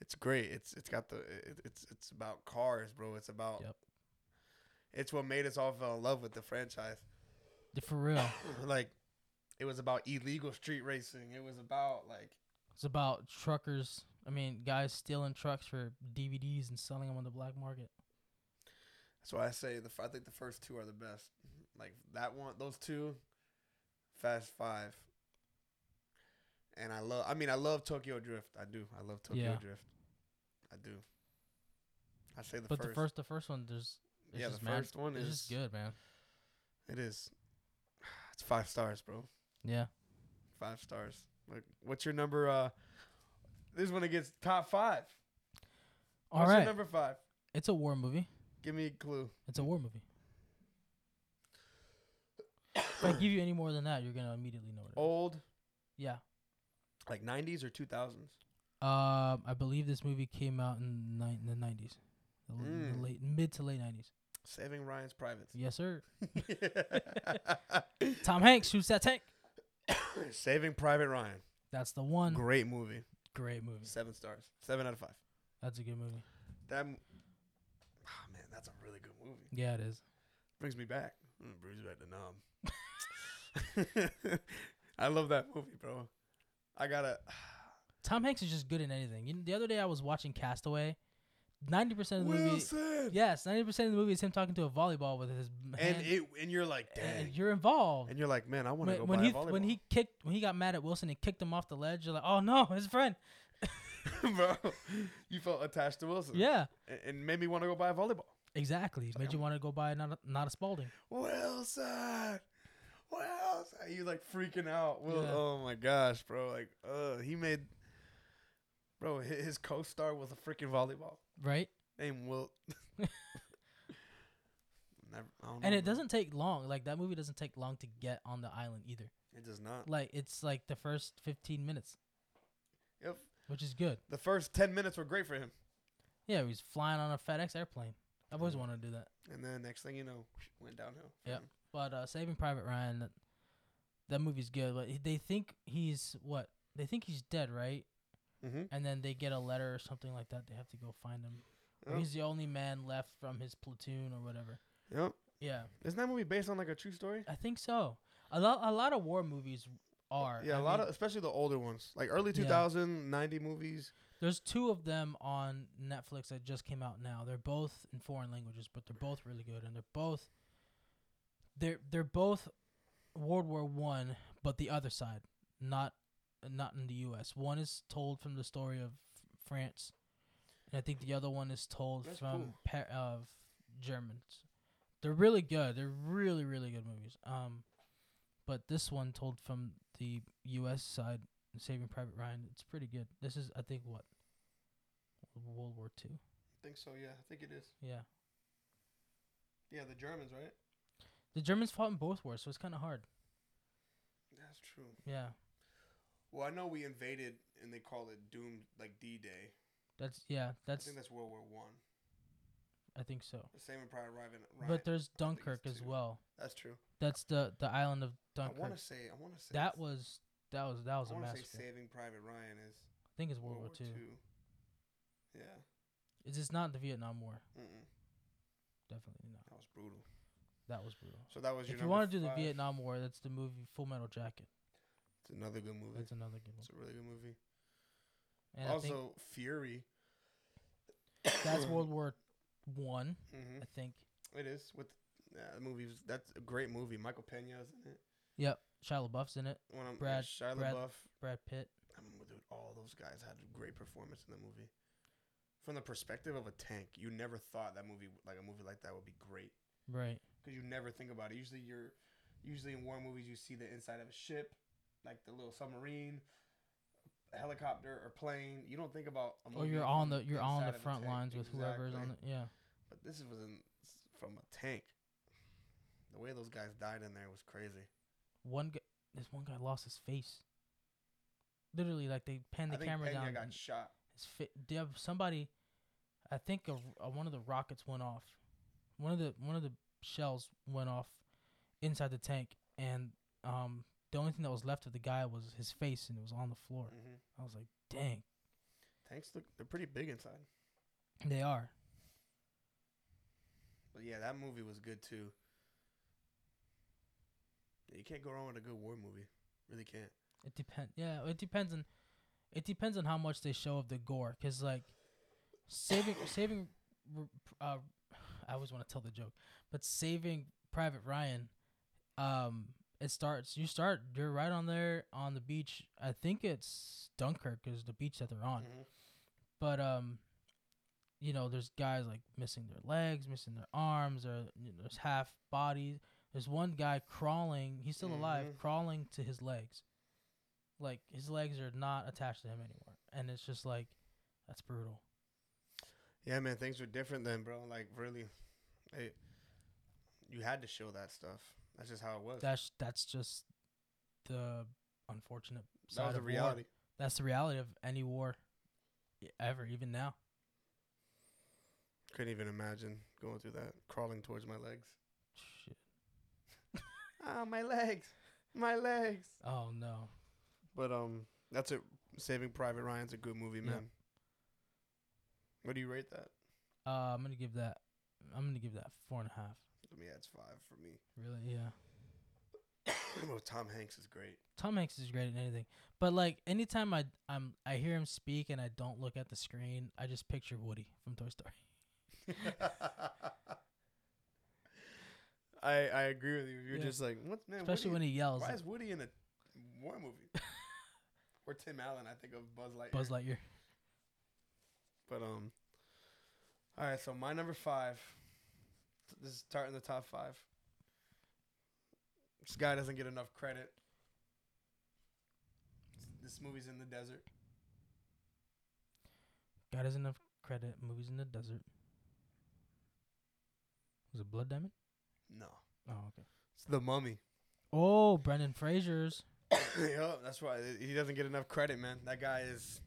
it's great. It's it's got the it, it's it's about cars, bro. It's about Yep. it's what made us all fell in love with the franchise. Yeah, For real. like it was about illegal street racing. It was about like It's about truckers. I mean, guys stealing trucks for DVDs and selling them on the black market. that's why I say the f- I think the first two are the best. Like that one, those two, Fast Five, and I love. I mean, I love Tokyo Drift. I do. I love Tokyo Yeah. Drift. I do. I say the but first. the first, the first one, there's it's yeah, the just mad- first one it's is just good, man. It is. It's five stars, bro. Yeah, Five stars. Like, what's your number? Uh, this one it gets top five. all what's right. your number five? It's a war movie. Give me a clue. It's a war movie. if I give you any more than that, you're gonna immediately know it. is. Old, Yeah. like '90s or 2000s. Um, I believe this movie came out in, ni- in the nineties, the, l- the Mm. late mid to late nineties. Saving Ryan's Privates. Yes, sir. Tom Hanks shoots that tank. Saving Private Ryan. That's the one Great movie. great movie. Seven stars. Seven out of five. That's a good movie. That. m- Ah man, that's a really good movie. Yeah, it is. Brings me back. Mm, brings me back to numb. I love that movie, bro. I gotta. Tom Hanks is just good in anything. You know, the other day I was watching Castaway. Ninety percent of the movie, Wilson. yes, ninety percent of the movie is him talking to a volleyball with his hand, And it and you're like, and dang. you're involved. And you're like, man, I want to go When, when buy he a volleyball. when he kicked when he got mad at Wilson and kicked him off the ledge, you're like, oh no, his friend. bro, you felt attached to Wilson. Yeah, A- And made me want to go buy a volleyball. exactly. Made like, you want to go buy not a, not a Spalding. Wilson. Wilson. You like freaking out. Will, Yeah. Oh my gosh, bro. Like, uh, he made. Bro, hi- his co-star was a freaking volleyball right? named Wilt. Never, I don't And know, it bro. doesn't take long. Like that movie doesn't take long to get on the island either. It does not. Like it's like the first 15 minutes, Yep. which is good. The first ten minutes were great for him, Yeah, he's flying on a FedEx airplane. I've always wanted to do that. and then next thing you know, went downhill. for Yep. him. But uh, Saving Private Ryan, that, that movie's good. But he- they think he's what? They think he's dead, right? Mhm. And then they get a letter or something like that. They have to go find him. Or Yep. He's the only man left from his platoon or whatever. Mm-hmm. Yep. Yeah, Isn't that movie based on like a true story? I think so. A lot, a lot of war movies are. Yeah, a a lot of especially the older ones, like early Yeah. 2000, 90 movies. There's two of them on Netflix that just came out now. They're both in foreign languages, but they're both really good, and they're both they're they're both World War One, but the other side, not not in the U.S. One is told from the story of France, and I think the other one is told That's from cool. pa- of Germans. They're really good. They're really really good movies. Um, but this one told from the U.S. side, Saving Private Ryan. It's pretty good. This is I think what World War Two. I think so. Yeah, I think it is. Yeah, Yeah, the Germans, right? the Germans fought in both wars, so it's kind of hard. That's true. Yeah, Well, I know we invaded, and they call it doomed like D Day. that's yeah, I that's think that's World War One. I think so. The same and Private Ryan. But there's I think it's Dunkirk as two. well. that's true. That's the the island of I want Dunkirk. to say. I want to say That was that was that was a I want to massacre. say Saving Private Ryan is I think it's World, War Two. Yeah. It's just not the Vietnam War. Mm-mm. Definitely not. That was brutal. That was brutal. So that was your. If you want to do the Vietnam War, that's the movie Full Metal Jacket. it's another good movie. That's another good one. It's a really good movie. And I also, Fury. think that's World War One. hmm I think. It is with yeah, the movie. Was, that's a great movie. Michael Pena is in it. Yep. Shia LaBeouf's in it. When I'm Brad- Shia Brad- LaBeouf. Brad Pitt. I mean, dude, all those guys had a great performance in the movie. From the perspective of a tank, you never thought that movie like a movie like that would be great Right. because you never think about it. Usually, you're usually in war movies you see the inside of a ship, like the little submarine, helicopter or plane. You don't think about a Or you're from on the you're on inside the of a front tank. lines with whoever's Exactly. on the yeah. But this was in, from a tank. The way those guys died in there was crazy. One guy, this one guy lost his face. Literally, like they panned I the think camera Pena down. got and shot. His fa- they have somebody, I think a, r- uh, one of the rockets went off. One of the one of the shells went off inside the tank, and um, the only thing that was left of the guy was his face, and it was on the floor. hmm I was like, dang, Tanks look they're pretty big inside. they are. But yeah, that movie was good too. You can't go wrong with a good war movie. Really can't. It depends. Yeah, it depends on it depends on how much they show of the gore. Cause like saving saving, r- uh, I always want to tell the joke, but saving Private Ryan, um, it starts. You start. You're right on there on the beach. I think it's Dunkirk is the beach that they're on. Mm-hmm. But um, you know, there's guys like missing their legs, missing their arms, or you know, there's half bodies. There's one guy crawling. He's still alive, Mhm. crawling to his legs. Like his legs are not attached to him anymore, and it's just like, that's brutal. Yeah, man, things were different then, bro. Like really, it, you had to show that stuff. That's just how it was. That, That's that's just the unfortunate side was the of reality. War. That's the reality of any war, e- ever, even now. Couldn't even imagine going through that, crawling towards my legs. Shit. Ah, my legs, my legs. Oh no. But um, that's it. Saving Private Ryan's a good movie, Yeah. man. What do you rate that? Uh, I'm gonna give that. I'm gonna give that four and a half. Yeah, it's five for me. Really? Yeah. remember with Tom Hanks is great. Tom Hanks is great in anything, but like anytime I I'm I hear him speak and I don't look at the screen, I just picture Woody from Toy Story. I I agree with you. You're Yeah. just like, what man? Especially Woody, when he yells, why like is Woody in a war movie? or Tim Allen, I think of Buzz Lightyear. Buzz Lightyear. But um, all right. So my number five. This is starting the top five. This guy doesn't get enough credit. This movie's in the desert. God has enough credit. Movies in the desert. Was it Blood Diamond? No, Oh, okay. it's the Mummy. Oh, Brendan Fraser's. yup, that's why he doesn't get enough credit, man. That guy is.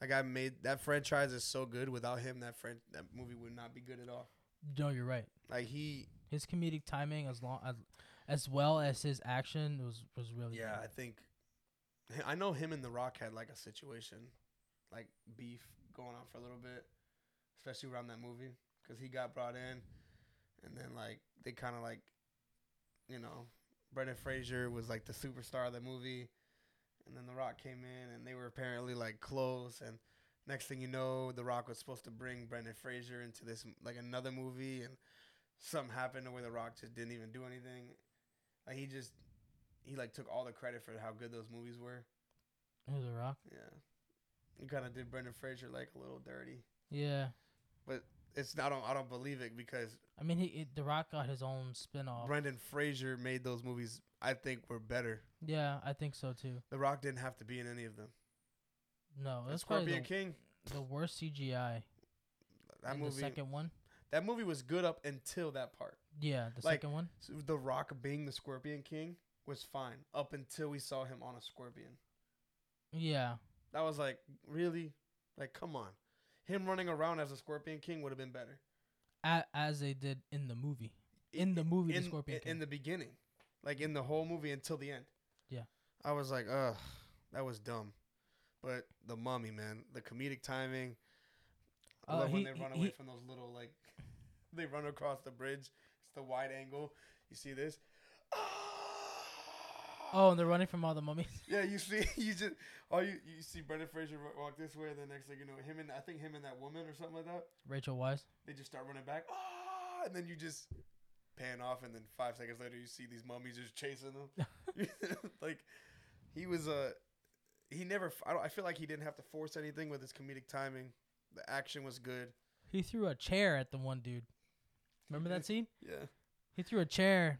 That guy made that franchise is so good. Without him, that fran- that movie would not be good at all. No, you're right. Like he, His comedic timing, as long as, as well as his action, was was really. yeah, I good. think. I know him and The Rock had like a situation, like beef going on for a little bit, especially around that movie because he got brought in, and then like they kind of like, you know, Brendan Fraser was like the superstar of the movie, and then The Rock came in and they were apparently like close, and next thing you know, The Rock was supposed to bring Brendan Fraser into this m- like another movie, and something happened where The Rock just didn't even do anything, like he just he like took all the credit for how good those movies were. It was a rock. Yeah. You kind of did Brendan Fraser like a little dirty. Yeah, It's I don't I don't believe it because I mean, he it, the Rock got his own spin off. Brendan Fraser made those movies I think were better. Yeah, I think so too. The Rock didn't have to be in any of them. No, that's probably Scorpion the, King. the worst CGI. That in movie The second one. that movie was good up until that part. Yeah, the Like- second one. So the Rock being the Scorpion King was fine up until we saw him on a scorpion. Yeah, That was like really like come on. Him running around as a Scorpion King would have been better. a, as they did in the movie. In the movie, in, the Scorpion in, King. in the beginning, like in the whole movie until the end. Yeah. I was like, ugh, that was dumb. But the mummy, man, the comedic timing. I Uh, love when he- they run he- away he- from those little like, they run across the bridge. It's the wide angle. You see this? oh, and they're running from all the mummies. Yeah, you see, you just all you you see Brendan Fraser wa- walk this way, and the next thing you know, him and I think him and that woman or something like that, Rachel Wise. they just start running back, ah, and then you just pan off, and then five seconds later, you see these mummies just chasing them. like he was uh, he never. I, don't, I feel like he didn't have to force anything with his comedic timing. The action was good. He threw a chair at the one dude. Remember that scene? Yeah, He threw a chair,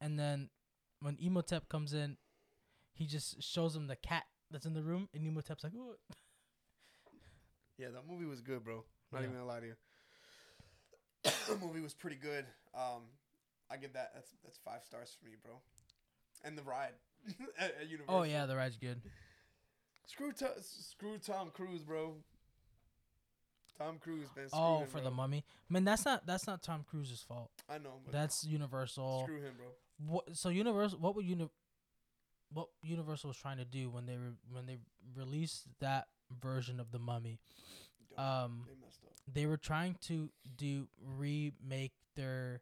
and then when Emotep comes in, he just shows him the cat that's in the room, and Emotep's like, "Ooh." yeah, that movie was good, bro. Not Yeah. even gonna lie to you. the movie was pretty good. Um, I give that. That's that's five stars for me, bro. And the ride at, at Universal. "Oh yeah, the ride's good." Screw Tom, screw Tom Cruise, bro. Tom Cruise, man. Screw oh, him, for bro. the mummy. Man, that's not that's not Tom Cruise's fault. I know. But That's Universal. screw him, bro. What? So Universal, what would uni- what Universal was trying to do when they re- when they released that version of the mummy? Don't- Um, they messed up. they were trying to do remake their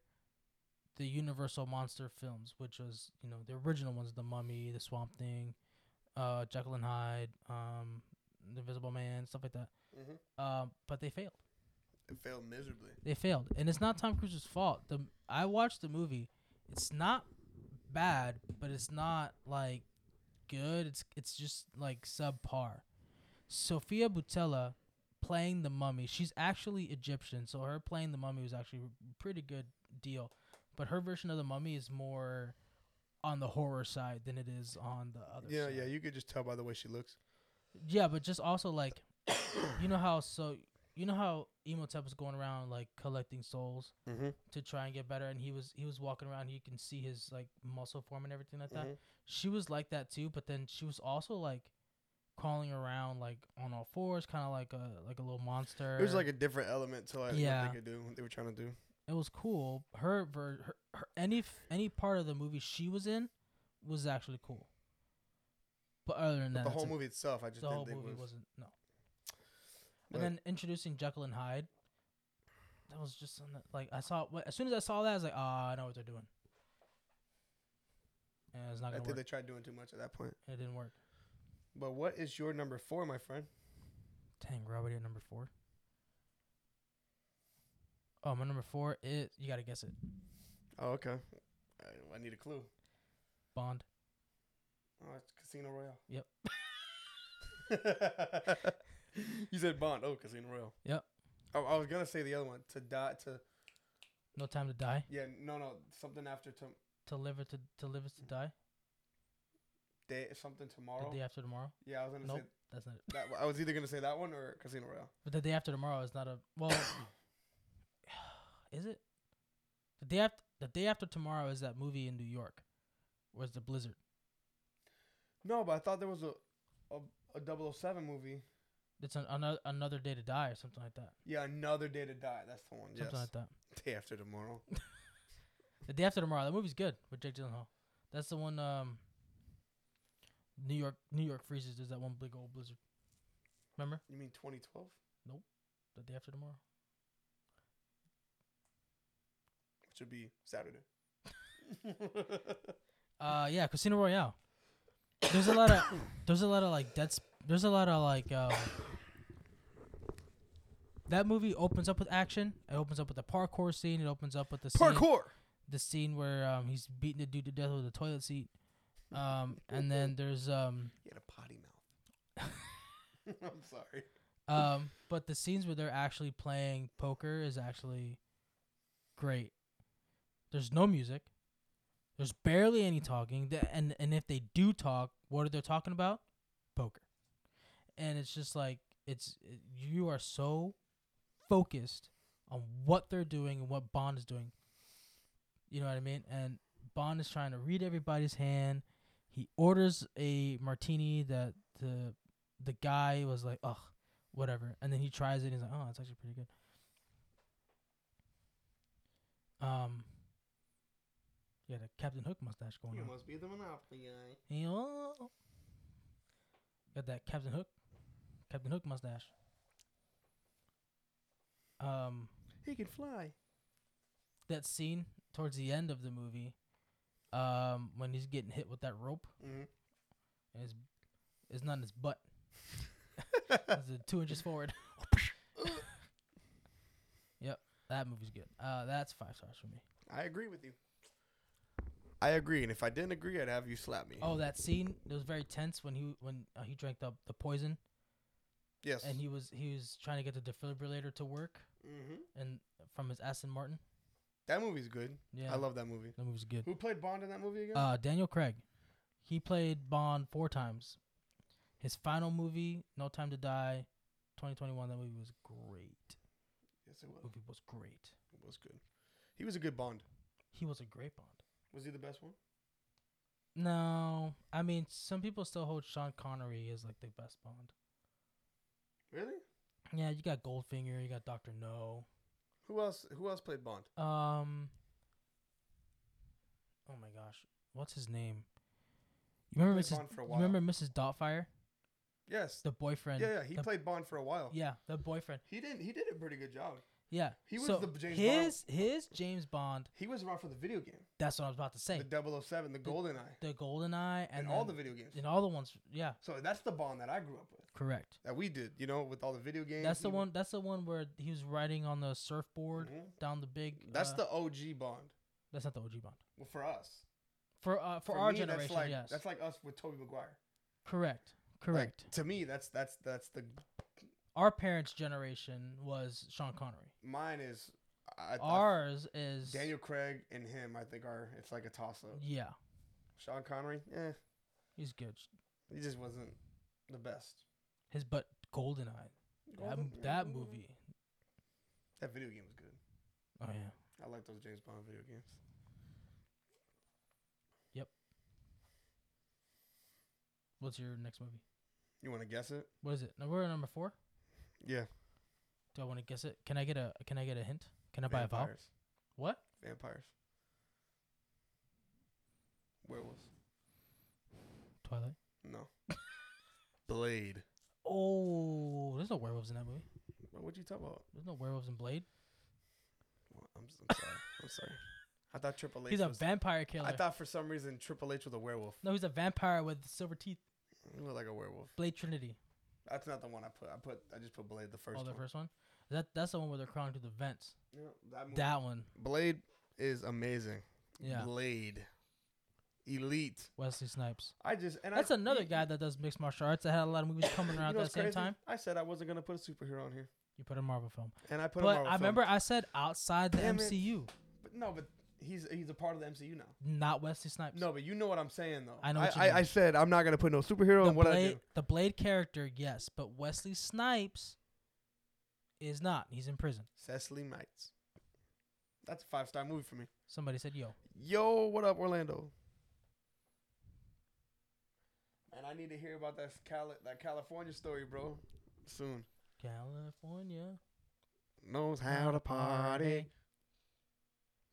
the Universal monster films, which was you know the original ones, the Mummy, the Swamp Thing, uh, Jekyll and Hyde, um, the Invisible Man, stuff like that. Mm-hmm. Um, but they failed. It failed miserably. They failed, and it's not Tom Cruise's fault. The I watched the movie. It's not bad, but it's not like good. It's it's just like subpar. Sophia Butella playing the mummy. She's actually Egyptian, so her playing the mummy was actually a pretty good deal. But her version of the mummy is more on the horror side than it is on the other Yeah, side. yeah. You could just tell by the way she looks. Yeah, but just also like, you know how so you know how Emotep was going around like collecting souls Mm-hmm. to try and get better and he was he was walking around you can see his like muscle form and everything like that Mm-hmm. she was like that too but then she was also like crawling around like on all fours kind of like a like a little monster It was like a different element to like what Yeah. they could do, what they were trying to do. it was cool her, ver- her, her any f- any part of the movie she was in was actually cool but other than that But the it's whole a- movie itself, I just the didn't whole think movie was. wasn't no But- and then introducing Jekyll and Hyde that was just on the- like I saw wh- as soon as I saw that I was like ah I know what they're doing and it's not I gonna work. think they tried doing too much at that point. it didn't work. But what is your number four, my friend? Dang, we're already at number four. Oh, my number four is you gotta guess it. Oh, okay. I, I need a clue. Bond. Oh, it's Casino Royale. Yep. you said Bond. Oh, Casino Royale. Yep. Oh, I was gonna say the other one. To die. To No time to die. yeah. No, no. Something after to To live or to to live is to die. day. Something tomorrow. The day after tomorrow. yeah, I was gonna Nope. say That's not it. that. I was either gonna say that one or Casino Royale. But the day after tomorrow is not a well. is it? The day after the day after tomorrow is that movie in New York, was the blizzard. No, but I thought there was a a, a 007 movie. It's an, another another day to die or something like that. Yeah, another day to die. That's the one. Something yes. like that. Day after tomorrow. The day after tomorrow. That movie's good with Jake Gyllenhaal. That's the one. Um. New York, New York freezes. There's that one big old blizzard. Remember You mean 2012? Which the day after tomorrow. would be Saturday. Uh, yeah, Casino Royale. There's a lot of there's a lot of like that's there's a lot of like um, that movie opens up with action. It opens up with the parkour scene. It opens up with the scene, Parkour. the scene where um, he's beating the dude to death with a toilet seat. Um, and then there's um You had a potty mouth. I'm sorry. um but the scenes where they're actually playing poker is actually great. There's no music. There's barely any talking. Th- And and if they do talk, what are they talking about? Poker. And it's just like it's you are so focused on what they're doing and what Bond is doing. You know what I mean? And Bond is trying to read everybody's hand. He orders a martini that the the guy was like, "Ugh, whatever." And then he tries it and he's like, "Oh, it's actually pretty good." Um yeah, the Captain Hook mustache going on. must be the Monopoly guy. Yo. Got that Captain Hook, Captain Hook mustache. Um, He can fly. that scene towards the end of the movie, um, when he's getting hit with that rope, Mm-hmm. and it's it's not in his butt. it's uh, two inches forward. yep, that movie's good. Uh, that's five stars for me. I agree with you. I agree, and if I didn't agree, I'd have you slap me. Oh, that scene it was very tense when he when uh, he drank the the poison yes. and he was he was trying to get the defibrillator to work. mm-hmm. and from his Aston Martin. That movie's good. Yeah, I love that movie. that movie's good. Who played Bond in that movie again? Uh, Daniel Craig, he played Bond four times. His final movie, No Time to Die, 2021. That movie was great. yes, it was. Movie was great. It was good. He was a good Bond. He was a great Bond. Was he the best one? No, I mean some people still hold Sean Connery as like the best Bond. Really? Yeah, you got Goldfinger, you got Doctor No. Who else? Who else played Bond? Um. Oh my gosh, what's his name? You remember played Mrs. Bond for a You remember Mrs. Dotfire, Yes. the boyfriend. yeah, yeah. He the played Bond for a while. Yeah, the boyfriend. He didn't. He did a pretty good job. Yeah. He was so the James Bond. his his James Bond. He was around for the video game, That's what I was about to say. the 007, the Golden Eye, The, Golden Eye and and all the then- video games. and all the ones. Yeah, So that's the Bond that I grew up with. correct. That we did, you know, with all the video games. That's the he- one. That's the one where he was riding on the surfboard Mhm. down the big. That's uh, the OG Bond. That's not the OG Bond. Well, for us. For uh, for, our me, generation, that's like, yes. That's like us with Toby Maguire. correct. Like, Correct. to me, that's that's that's the our parents' generation was Sean Connery. mine is. I, I- Ours is Daniel Craig and him, I think, are it's like a toss up. Yeah, Sean Connery, eh, he's good. he just wasn't the best. His but Golden Eye. That, Golden- that Golden- movie. That video game was good. Oh yeah. I like those James Bond video games. What's your next movie? You want to guess it? What is it? No, we're at number four. Yeah. Do I want to guess it? Can I get a Can I get a hint? Can I buy a vowel? Vampires. What? Vampires. Werewolves. Twilight. No. Blade. Oh, there's no werewolves in that movie. What would you talk about? There's no werewolves in Blade. Well, I'm, s- I'm sorry. I'm sorry. I thought Triple H. He's a was, vampire killer. I thought for some reason Triple H was a werewolf. no, he's a vampire with silver teeth. He looked like a werewolf. Blade Trinity. That's not the one I put. I put. I just put Blade the first oh, the one. first one. That that's the one where they're crawling through the vents. Yeah, that movie- That one. Blade is amazing. Yeah. Blade, elite. Wesley Snipes. I just and That's I, another you- guy that does mixed martial arts that had a lot of movies coming you around know at the what's same crazy? time. I said I wasn't gonna put a superhero on here, You put a Marvel film. and I but put. a Marvel I film. remember I said outside the Damn it. MCU, But no, but he's he's a part of the MCU now. not Wesley Snipes. No, but you know what I'm saying though. I know I, what you I, mean. I said I'm not gonna put no superhero the in Oh, what Blade, I do. the Blade character, yes, but Wesley Snipes is not. He's in prison. Cecily Mites. That's a five star movie for me. Somebody said, "Yo, Yo, what up, Orlando? Man, I need to hear about that Cali- that California story, bro. Soon. California Knows how to party.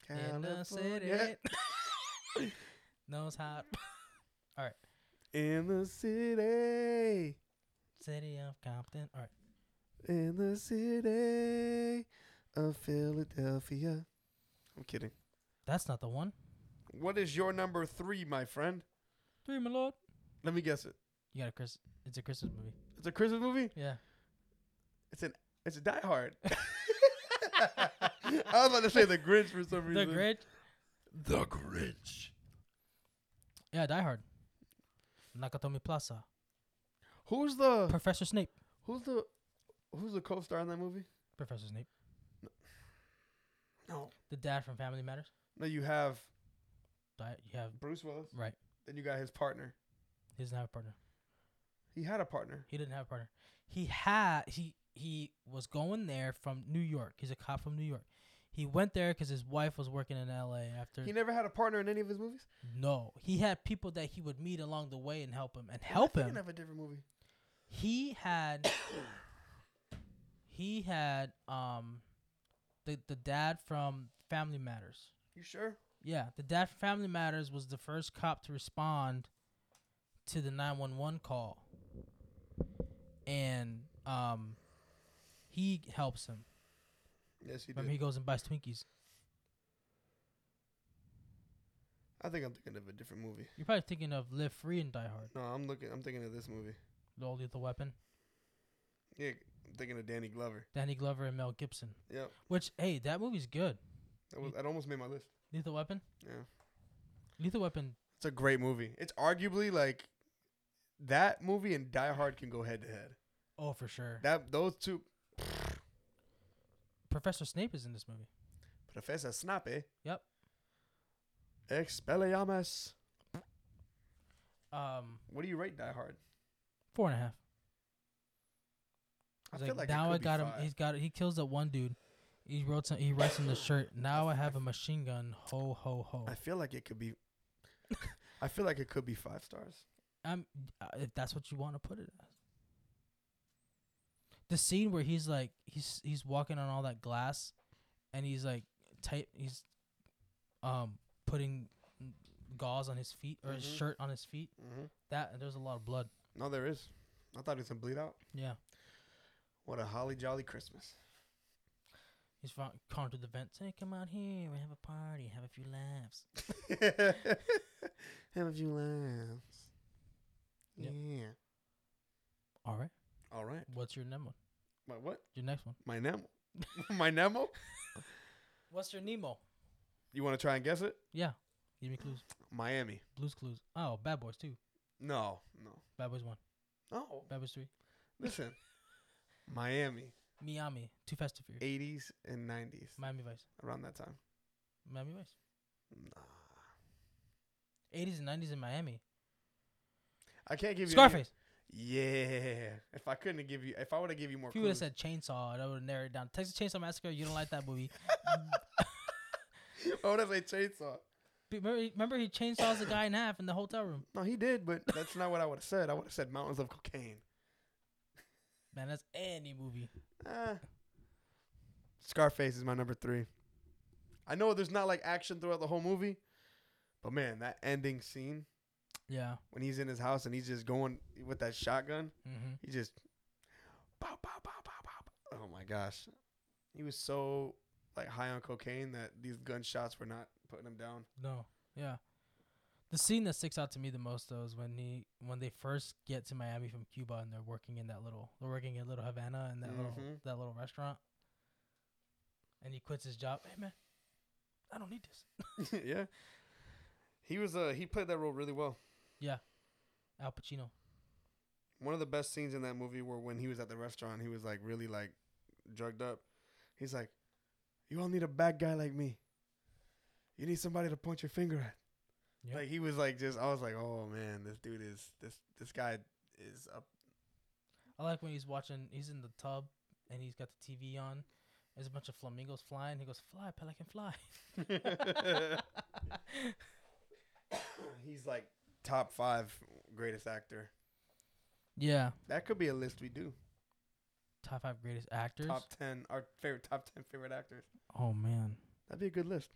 in the city knows how In the city. city of Compton." All right, In the city of Philadelphia. I'm kidding. that's not the one. What is your number three, my friend? Three, my lord. Let me guess it. You got a Chris. It's a Christmas movie. It's a Christmas movie? Yeah. It's an it's a Die Hard. I was about to say the Grinch for some The reason. Grinch. The Grinch. Yeah, Die Hard. Nakatomi Plaza. Who's the Professor Snape. who's the who's the co-star in that movie? Professor Snape. No, The dad from Family Matters. no, you have Di- you have Bruce Willis. right. Then you got his partner. He doesn't have a partner. He had a partner. He didn't have a partner. He had he he was going there from New York. He's a cop from New York. He went there because his wife was working in L.A. After He never had a partner in any of his movies. no, he had people that he would meet along the way and help him and Am I help thinking him. of a different movie. He had he had um the the dad from Family Matters. You sure? Yeah, the dad from Family Matters was the first cop to respond to the 911 call. And um he helps him. Yes, he did. Remember he goes and buys Twinkies. I think I'm thinking of a different movie. You're probably thinking of Live Free and Die Hard, No, I'm looking. I'm thinking of this movie. The Old Lethal Weapon, Yeah, I'm thinking of Danny Glover. Danny Glover and Mel Gibson. Yep, Which hey, that movie's good. that was. That almost made my list. Lethal Weapon? Yeah. Lethal Weapon It's a great movie. It's arguably like that movie and Die Hard can go head to head. oh for sure. That those two Professor Snape is in this movie. Professor Snape. Yep. Expelliarmus. Um What do you rate Die Hard? four and a half. I He's feel like, like it now could I be got him. five. He's got. He kills that one dude. He wrote. Some, he writes in the shirt. Now I have a machine gun. Ho ho ho. I feel like it could be. I feel like it could be five stars. I'm. Uh, if that's what you want to put it as. The scene where he's like he's he's walking on all that glass, and he's like tight. He's, um, putting gauze on his feet or his Mhm. shirt on his feet. That and there's a lot of blood. No, there is. I thought it was gonna bleed out. Yeah, What a holly jolly Christmas. he's found, calling through the vents. Hey, come out here. We have a party. Have a few laughs. Have a few laughs. Yep. Yeah. All right. All right. What's your Nemo? My what? Your next one. My Nemo. My Nemo. What's your Nemo? You want to try and guess it? Yeah. Give me clues. Miami. Blues clues. Oh, Bad Boys too. No. No. Bad Boys one. No. Bad Boys three. Listen. Miami. Miami. Too Fast to Furious. 80s and 90s. Miami Vice. Around that time. Miami Vice. Nah. Eighties and nineties in Miami. I can't give you. any- Scarface. Yeah. If I couldn't give you, if I would have give you more If you would have clues, said Chainsaw, that would have narrowed it down. Texas Chainsaw Massacre. You don't like that movie. I would have said chainsaw. Be- remember, remember he chainsaws the guy in half in the hotel room. No, he did, but that's not what I would have said. I would have said mountains of cocaine. Man, that's any movie. Ah. Scarface is my number three. I know there's not like action throughout the whole movie, but man, that ending scene Yeah. when he's in his house and he's just going with that shotgun, Mm-hmm. he just bow, bow, bow, bow, bow, bow. Oh my gosh, he was so like high on cocaine that these gunshots were not putting him down. No. Yeah. The scene that sticks out to me the most though is when he when they first get to Miami from Cuba and they're working in that little they're working in Little Havana and that little Mhm. that little restaurant. And he quits his job. Hey man, I don't need this. yeah. He was uh he played that role really well. Al Pacino. One of the best scenes in that movie were when he was at the restaurant. He was like really like drugged up. He's like, "You all need a bad guy like me. You need somebody to point your finger at." Yeah. Like he was like just I was like, "Oh man, this dude is this this guy is up." I like when he's watching he's in the tub and he's got the TV on. There's a bunch of flamingos flying. He goes, Fly, pelican, fly. He's like top 5 greatest actor. yeah. That could be a list we do. Top five greatest actors. Top 10 our favorite top 10 favorite actors. Oh man. That'd be a good list.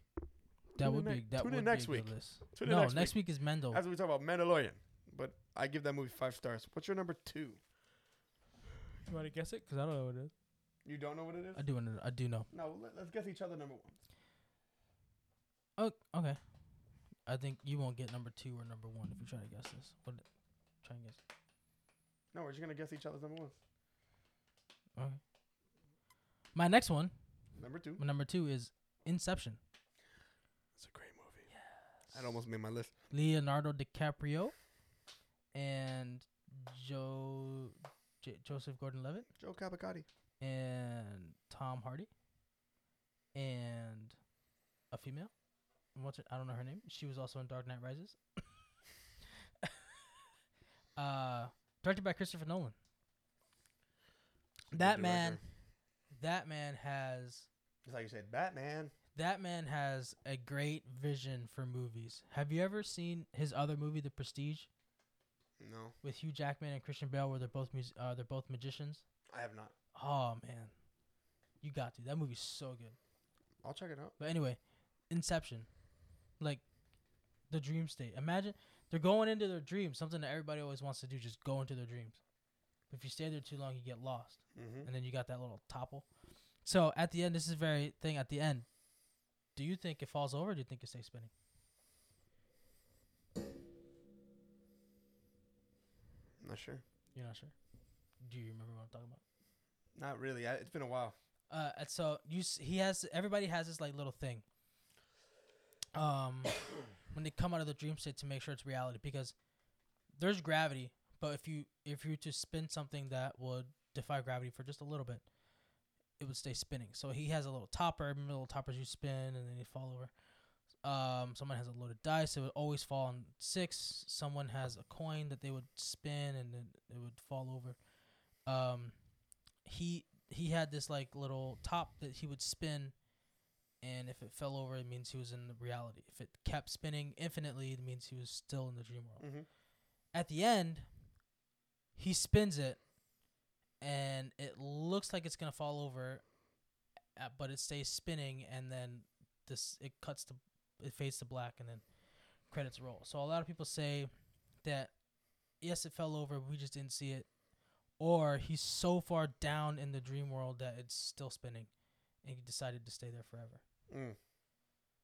That Tune in would be next- that tune would in be next a good week. list. Tune in no, next next, week. is Mendel. As we talk about Mandalorian, but I give that movie five stars. What's your number two? You want to guess it? Because I don't know what it is. You don't know what it is? I do. wanna- I do know. no, let, us guess each other number one. Oh, okay. I think you won't get number two or number one if you try to guess this. What? Try and guess. No, we're just gonna guess each other's number ones. Okay. My next one, Number two. my number two is Inception. It's a great movie. That almost made my list. Leonardo DiCaprio and Joe J- Joseph Gordon-Levitt Joe Capicotti. and Tom Hardy and a female. What's her? I don't know her name. She was also in Dark Knight Rises. uh, directed by Christopher Nolan. That man, that man has It's like you said, Batman. that man has a great vision for movies. Have you ever seen his other movie, The Prestige, No, with Hugh Jackman and Christian Bale, where they're both mus- uh, they're both magicians? I have not. Oh man, you got to. That movie's so good. I'll check it out. But anyway, Inception, like the dream state. Imagine they're going into their dreams, something that everybody always wants to do, just go into their dreams. But if you stay there too long, you get lost, Mm-hmm. and then you got that little topple. So at the end, this is very thing. At the end, do you think it falls over? Or do you think it stays spinning? Not sure. You're not sure. Do you remember what I'm talking about? Not really. I, it's been a while. Uh, and so you s- he has everybody has this like little thing. Um, when they come out of the dream state to make sure it's reality because there's gravity, but if you if you were to spin something that would defy gravity for just a little bit, it would stay spinning. So he has a little topper. Remember the little toppers you spin and then they fall over. Um, someone has a loaded dice. It would always fall on six. Someone has a coin that they would spin and then it would fall over. Um, he he had this like little top that he would spin, and if it fell over, it means he was in the reality. If it kept spinning infinitely, it means he was still in the dream world Mm-hmm. at the end, he spins it, and it looks like it's gonna fall over, uh, but it stays spinning, and then this it cuts to it fades to black, and then credits roll. So a lot of people say that yes, it fell over, we just didn't see it, or he's so far down in the dream world that it's still spinning, and he decided to stay there forever. Mm.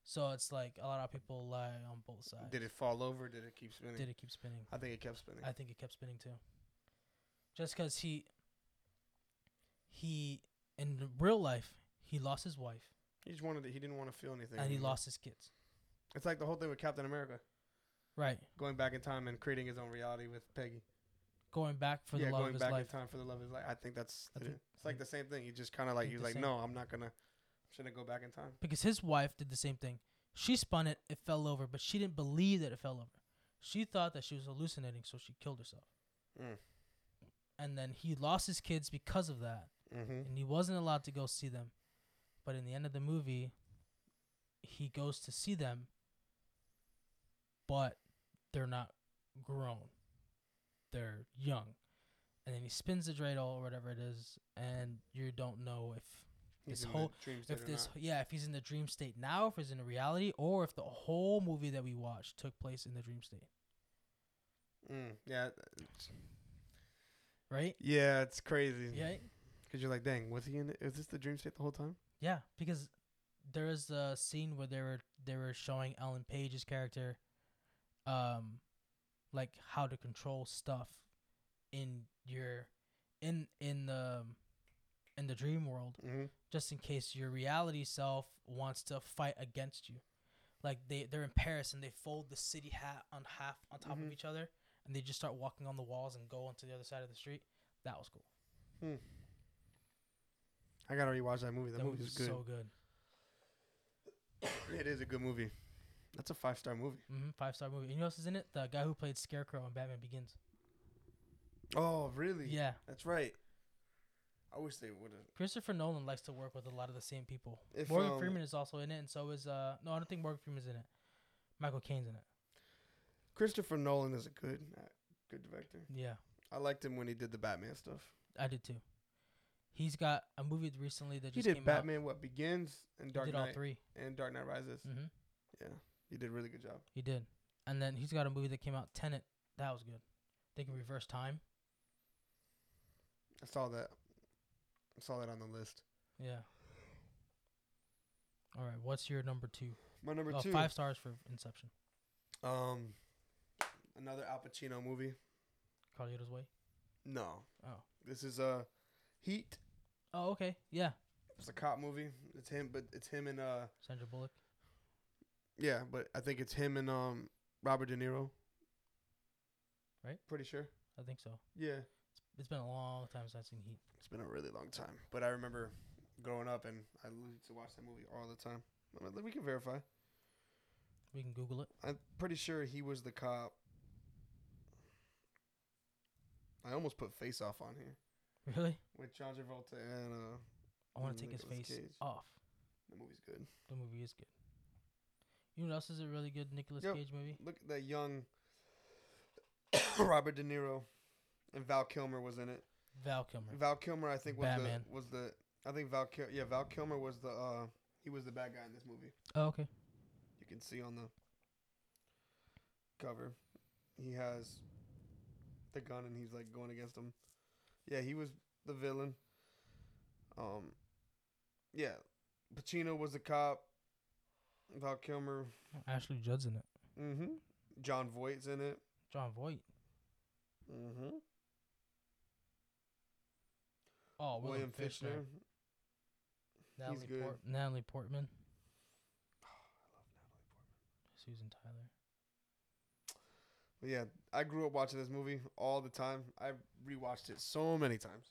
So it's like a lot of people lie on both sides. Did it fall over? Did it keep spinning? Did it keep spinning? I think it kept spinning. I think it kept spinning too. Just 'cause he, he in real life he lost his wife he just wanted. To, he didn't want to feel anything. and he anymore. lost his kids. It's like the whole thing with Captain America Right, going back in time and creating his own reality with Peggy. going back for yeah, the love going of his back life. in time for the love of his life. I think that's I it. think- it's like the same thing. You just kind of like think you're the like, same. no, I'm not gonna, shouldn't go back in time. because his wife did the same thing. She spun it, it fell over, but she didn't believe that it fell over. She thought that she was hallucinating, so she killed herself. Mm. And then he lost his kids because of that. Mm-hmm. and he wasn't allowed to go see them. But in the end of the movie, he goes to see them, but they're not grown. They're young. And then he spins the dreidel or whatever it is, and you don't know if this whole- if this yeah, if he's in the dream state now, if he's in the reality, or if the whole movie that we watched took place in the dream state. Mm, yeah, it's- Right? yeah, it's crazy. Yeah. because you're like, dang, was he in? Is this the dream state the whole time? Yeah. Because there is a scene where they were they were showing Ellen Page's character, um, like how to control stuff in your in in the um, in the dream world Mm-hmm. just in case your reality self wants to fight against you. Like they they're in Paris and they fold the city hat on half on top Mhm. of each other and they just start walking on the walls and go onto the other side of the street. That was cool. I gotta rewatch that movie. That, That, movie was is good. so good. it is a good movie. That's a five star movie. hmm Five star movie. And you know who else is in it? The guy who played Scarecrow in Batman Begins. Oh, really? Yeah, That's right. I wish they would have. Christopher Nolan likes to work with a lot of the same people. If, Morgan um, Freeman is also in it, and so is uh no, I don't think Morgan Freeman's in it. Michael Caine's in it. Christopher Nolan is a good, uh, good director. Yeah, I liked him when he did the Batman stuff. I did too. He's got a movie recently that He just did came Batman What Begins and out. Dark he did all Knight three. and Dark Knight Rises. Mm-hmm. Yeah, he did a really good job. He did. And then he's got a movie that came out, Tenet. That was good. They can reverse time. I saw that. I saw that on the list. Yeah. All right. What's your number two? My number Oh, two. five stars for Inception. Um, another Al Pacino movie. Carlito's Way. No, Oh. this is uh, Heat. Oh, okay. Yeah. It's a cop movie. It's him, but it's him and uh, Sandra Bullock. yeah, but I think it's him and um, Robert De Niro. Right? Pretty sure. I think so. Yeah. It's been a long time since I've seen Heat. It's been a really long time, but I remember growing up and I used to watch that movie all the time. Well, We can verify. We can Google it. I'm pretty sure he was the cop. I almost put Face Off on here Really? with John Travolta and uh, I want Mm, to take his Nicolas face Cage. off. the movie's good. The movie is good. You know what else is a really good Nicolas Yep. Cage movie? Look at that young Robert De Niro and Val Kilmer was in it. Val Kilmer. Val Kilmer, I think, was Batman. the was the I think Val Kil- yeah Val Kilmer was the uh, he was the bad guy in this movie. Oh, okay. you can see on the cover he has the gun and he's like going against him yeah he was the villain um yeah pacino was the cop val kilmer Ashley Judd's in it. mm-hmm john voight's in it John Voight. mm-hmm Oh, William, william Fichtner. fishner Natalie, good. Port- Natalie Portman. Susan Tyler. yeah i grew up watching this movie all the time i rewatched it so many times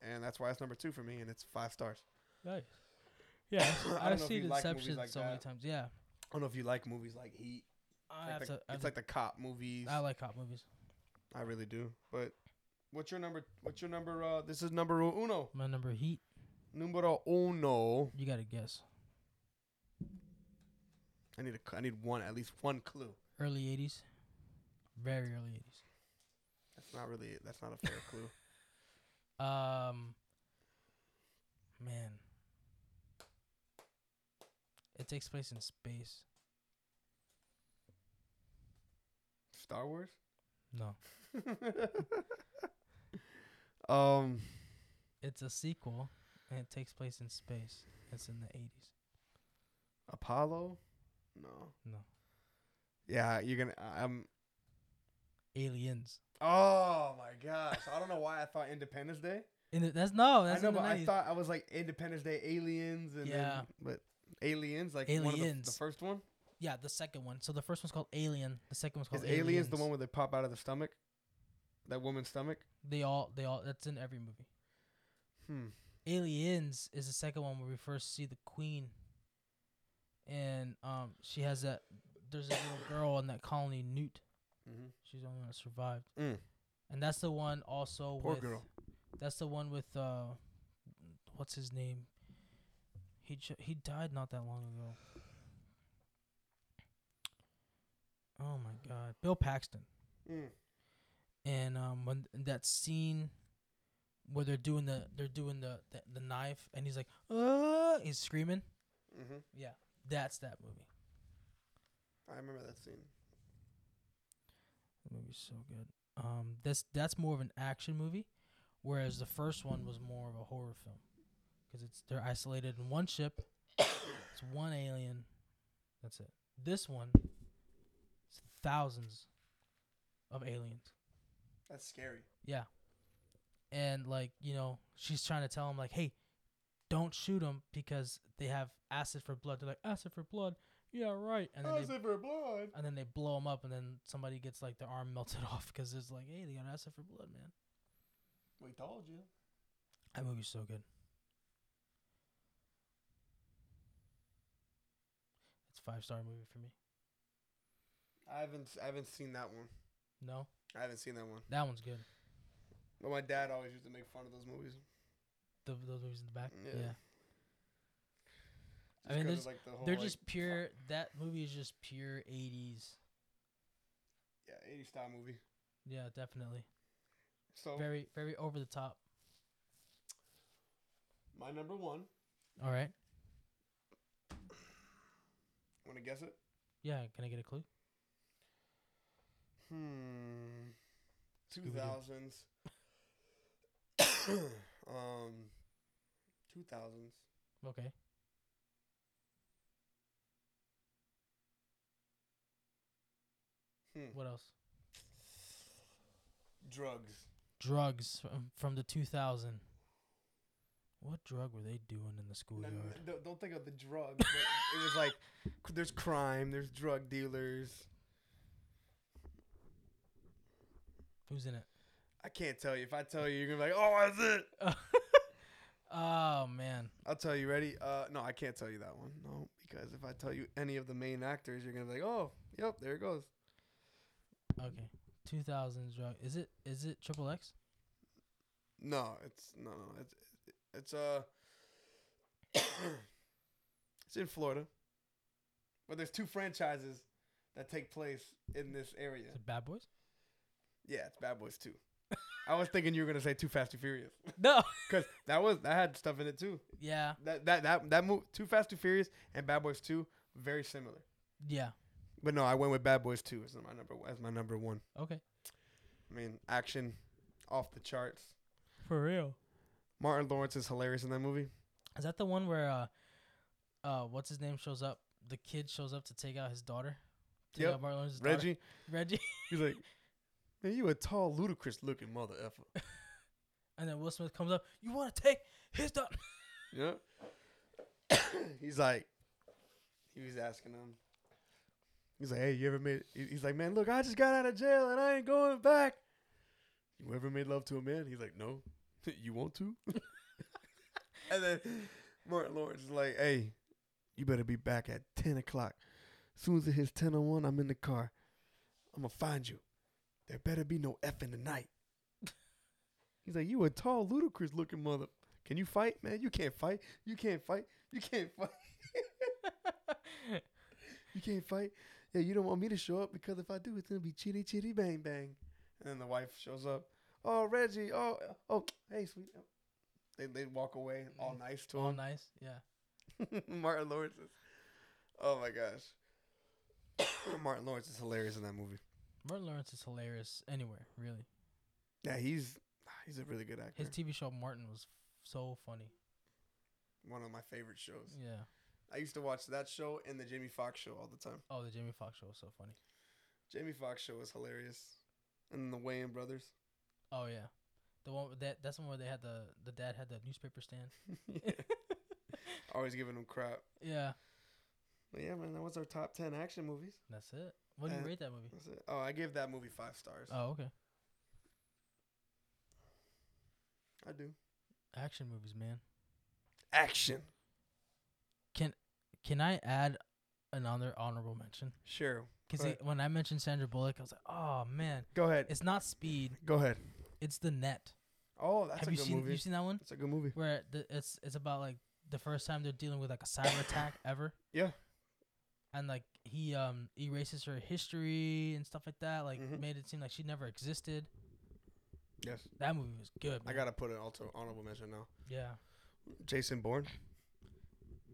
and that's why it's number two for me and it's five stars Nice. Yeah, I've se- I don't know I've if seen you like movies Inception like so many that. times. Yeah, i don't know if you like movies like heat I Like have the- to. I, it's like the cop movies. I like cop movies. I really do. But what's your number? What's your number? Uh, this is number uno. My number Heat. Numero uno. You got to guess. I need a. cl- I need one at least one clue. Early '80s. Very early '80s. That's not really. That's not a fair clue. Um. Man. It takes place in space. Star Wars. No, um, it's a sequel, and it takes place in space. It's in the '80s. Apollo. No. No. Yeah, you're gonna. I'm. Aliens. Oh my gosh! I don't know why I thought Independence Day. In the, that's no. I That's know, in the but I 90s. thought I was like Independence Day, Aliens, and Yeah. then, but Aliens, like One of the, the Aliens. first one. Yeah, the second one. So the first one's called Alien. The second one's Is called Aliens, the one where they pop out of the stomach? That woman's stomach? They all they all that's in every movie. Hmm. Aliens is the second one where we first see the queen. And um she has that there's a little girl in that colony Newt. Mm-hmm. She's the only one that survived. Mm. And that's the one also Poor with girl. that's the one with uh what's his name? He j- he died not that long ago. Oh my god. Bill Paxton. Mm. and um when th- that scene where they're doing the they're doing the the, the knife and he's like uh he's screaming Mm-hmm. yeah that's that movie I remember that scene. that movie's so good um that's that's more of an action movie whereas the first one was more of a horror film because it's they're isolated in one ship That's one alien. That's it. This one, it's thousands of aliens. That's scary. Yeah. And like, you know, she's trying to tell him like, "Hey, don't shoot them because they have acid for blood." They're like, "Acid for blood." Yeah, right. And then they, for blood. and then they blow them up and then somebody gets like their arm melted off cuz it's like, "Hey, they got acid for blood, man." We told you. That movie's so good. It's a 5-star movie for me. I haven't I haven't seen that one. No. I haven't seen that one. That one's good. But my dad always used to make fun of those movies. The, those movies in the back. Yeah. yeah. I mean, Just 'cause there's- of, like the whole, They're like, just pure. That movie is just pure '80s. yeah, 80 style movie. Yeah, definitely. So Very, very over the top. my number one. All right. Want to guess it? Yeah. Can I get a clue? Hmm. Two Scooby-Doo. thousands. um. Two thousands. Okay. Hmm. What else? Drugs. Drugs from, from the 2000. What drug were they doing in the schoolyard? No, no, no, don't think of the drugs. but it was like c- there's crime, there's drug dealers. Who's in it? I can't tell you. If I tell you, you're gonna be like, "Oh, that's it." oh man. I'll tell you. Ready? Uh, no, I can't tell you that one. No, because if I tell you any of the main actors, you're gonna be like, "Oh, yep, there it goes." Okay. 2000 drug. Is it? Is it Triple X? No, it's no, no, it's it's uh, it's in Florida, but there's two franchises that take place in this area. Is it Bad Boys? Yeah, it's Bad Boys Two. I was thinking you were gonna say Too Fast Too Furious No. because that was that had stuff in it too. yeah. That that that that move Too Fast Too Furious and Bad Boys Two very similar. Yeah. But no, I went with Bad Boys Two as my number as my number one. Okay. I mean, action off the charts. For real. Martin Lawrence is hilarious in that movie. Is that the one where uh, uh, what's his name shows up? The kid shows up to take out his daughter. Take Yep. out Martin Lawrence's daughter? Reggie, Reggie. he's like, man, you a tall, ludicrous looking mother effer. And then Will Smith comes up. You want to take his daughter? Yeah. he's like, he was asking him. He's like, hey, you ever made? he- He's like, man, look, I just got out of jail and I ain't going back. You ever made love to a man? He's like, no. you want to? and then Martin Lawrence is like, hey, you better be back at ten o'clock. Soon as it hits ten o one, I'm in the car. I'm gonna find you. There better be no effing tonight. He's like, you a tall, ludicrous looking mother. Can you fight, man? You can't fight. You can't fight. You can't fight. You can't fight. Yeah, you don't want me to show up because if I do, it's gonna be chitty chitty bang bang. And then the wife shows up. Oh, Reggie. Oh, oh, hey, sweet. They they walk away all nice to All him. Oh, nice. Yeah. Martin Lawrence. Is, oh my gosh. Martin Lawrence is hilarious in that movie. Martin Lawrence is hilarious anywhere, really. Yeah, he's he's a really good actor. His TV show Martin was f- so funny. One of my favorite shows. Yeah. I used to watch that show and the Jamie Foxx show all the time. Oh, the Jamie Foxx show was so funny. Jamie Foxx show was hilarious. And the Wayans brothers. Oh yeah. The one with that that's the one where they had the the dad had the newspaper stand. Always giving them crap. Yeah. But yeah, man, that was our top 10 action movies. That's it. What do you Uh, rate that movie? That's it. Oh, I gave that movie five stars. Oh, okay. I do. Action movies, man. Action. Can I add another honorable mention? Sure. Because Go ahead. when I mentioned Sandra Bullock, I was like, oh man, Go ahead. it's not Speed, Go ahead. it's The Net. Oh, that's Have a you good seen movie. you seen that one? It's a good movie. where the, it's it's about like the first time they're dealing with like a cyber attack ever. Yeah. And like he um erases her history and stuff like that, like Mhm. made it seem like she never existed. Yes. That movie was good. I man. got to put an also honorable mention now. yeah. Jason Bourne.